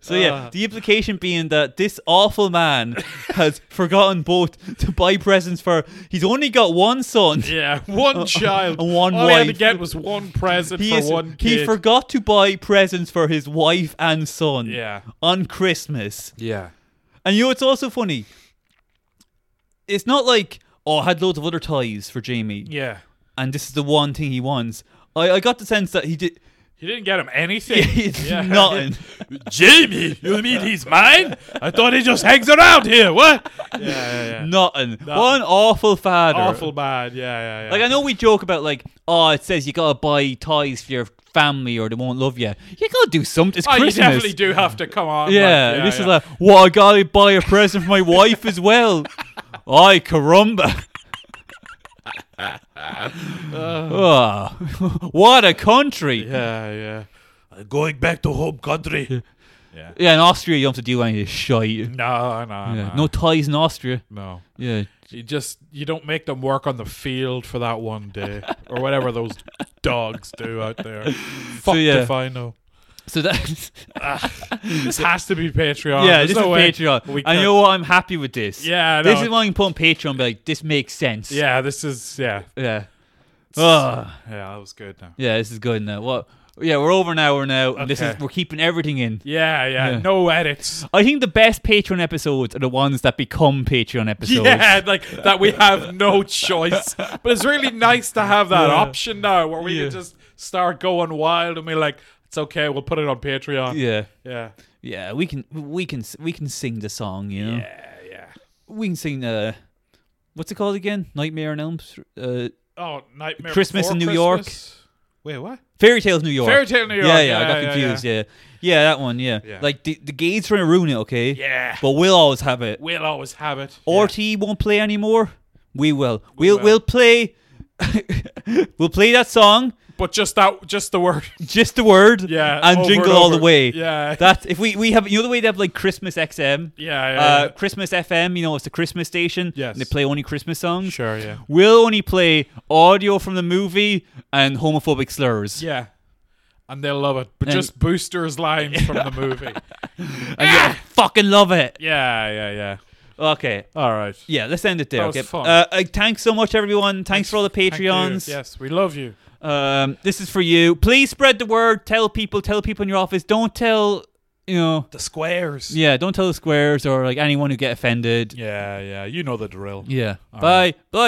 A: So
B: Uh.
A: yeah, the implication being that this awful man has forgotten both to buy presents for. He's only got one son.
B: Yeah, one child.
A: and Uh, one
B: All he had to
A: wife.
B: get was one present
A: He
B: for
A: is,
B: one kid.
A: he forgot to buy presents for his wife and son.
B: Yeah.
A: On Christmas.
B: Yeah.
A: And you know it's also funny. It's not like oh I had loads of other ties for Jamie
B: Yeah.
A: and this is the one thing he wants. I, I got the sense that he did
B: He didn't get him anything.
A: it's
B: Yeah.
A: nothing.
B: Jamie, you mean he's mine? I thought he just hangs around here. What? Yeah, yeah, yeah.
A: Nothing. One awful father.
B: Awful bad. Yeah, yeah, yeah.
A: Like I know we joke about like, oh, it says you gotta buy ties for your family or they won't love you. You gotta do something. It's
B: Oh,
A: Christmas.
B: you definitely do have to come on.
A: Yeah,
B: like,
A: this is
B: yeah.
A: like, what I gotta buy a present for my wife as well. Aye, caramba. oh, what a country! Yeah.
B: Yeah, yeah. I'm going back to home country.
A: in Austria you don't have to do any of this shite. Yeah,
B: No, no,
A: No
B: no,
A: ties in Austria.
B: no.
A: Yeah,
B: You just you don't make them work on the field for that one day or whatever those dogs do out there. Fuck
A: yeah.
B: if I know.
A: so that's
B: This has to be Patreon.
A: yeah,
B: There's
A: this
B: no
A: is
B: way
A: Patreon.
B: we
A: I
B: can-
A: know what I'm happy with this.
B: Yeah, I
A: this
B: know.
A: is why you can put on Patreon. and Be like, this makes sense.
B: Yeah, this is yeah,
A: yeah. Oh,
B: yeah. That was good now.
A: yeah, this is good now. What? Yeah, we're over an hour now, and this is
B: Okay.
A: we're keeping everything in.
B: Yeah, yeah.
A: Yeah.
B: No edits.
A: I think the best Patreon episodes are the ones that become Patreon episodes.
B: Yeah, like that we have no choice. But it's really nice to have that option now where we
A: Yeah.
B: can just start going wild and we're like, it's okay, we'll put it on Patreon.
A: yeah,
B: Yeah.
A: yeah. We can, we can, we can sing the song. You know,
B: Yeah, yeah.
A: we can sing the what's it called again? Nightmare on Elm, Street- uh,
B: Oh, Nightmare
A: Christmas
B: Before
A: in New York.
B: Christmas? Wait, what?
A: Fairy Tales New York.
B: Fairy Tale New York.
A: Yeah, yeah. I got
B: yeah, yeah.
A: confused. Yeah. yeah, that one. Yeah,
B: Yeah.
A: like the the gays trying to ruin it. Okay.
B: Yeah.
A: But we'll always have it.
B: We'll always have it.
A: RT won't play anymore. We will. We'll
B: will.
A: we'll play. we'll play that song,
B: Yeah. But just that, just the word.
A: just the word,
B: Yeah.
A: and
B: over
A: jingle all the
B: over.
A: way.
B: Yeah.
A: That if we we have you know the way they have like Christmas XM,
B: yeah, yeah.
A: uh,
B: yeah.
A: Christmas FM. You know it's the Christmas station.
B: Yes.
A: and they play only Christmas songs.
B: Sure, yeah.
A: We'll only play audio from the movie and homophobic slurs.
B: Yeah. And they'll love it. But
A: And-
B: just boosters lines from the movie.
A: And you'll fucking love it.
B: Yeah, yeah, yeah.
A: Okay.
B: All right.
A: Yeah, let's end it there.
B: That was
A: okay.
B: fun.
A: Uh, uh, thanks so much, everyone. Thanks, for all the
B: Thank you.
A: Patreons.
B: Yes, we love you.
A: Um, this is for you. Please spread the word. Tell people. Tell people in your office. Don't tell. You know.
B: The squares. Yeah,
A: Yeah. Don't tell the squares or like anyone who get offended.
B: yeah. You know the drill.
A: Yeah. Bye. Bye.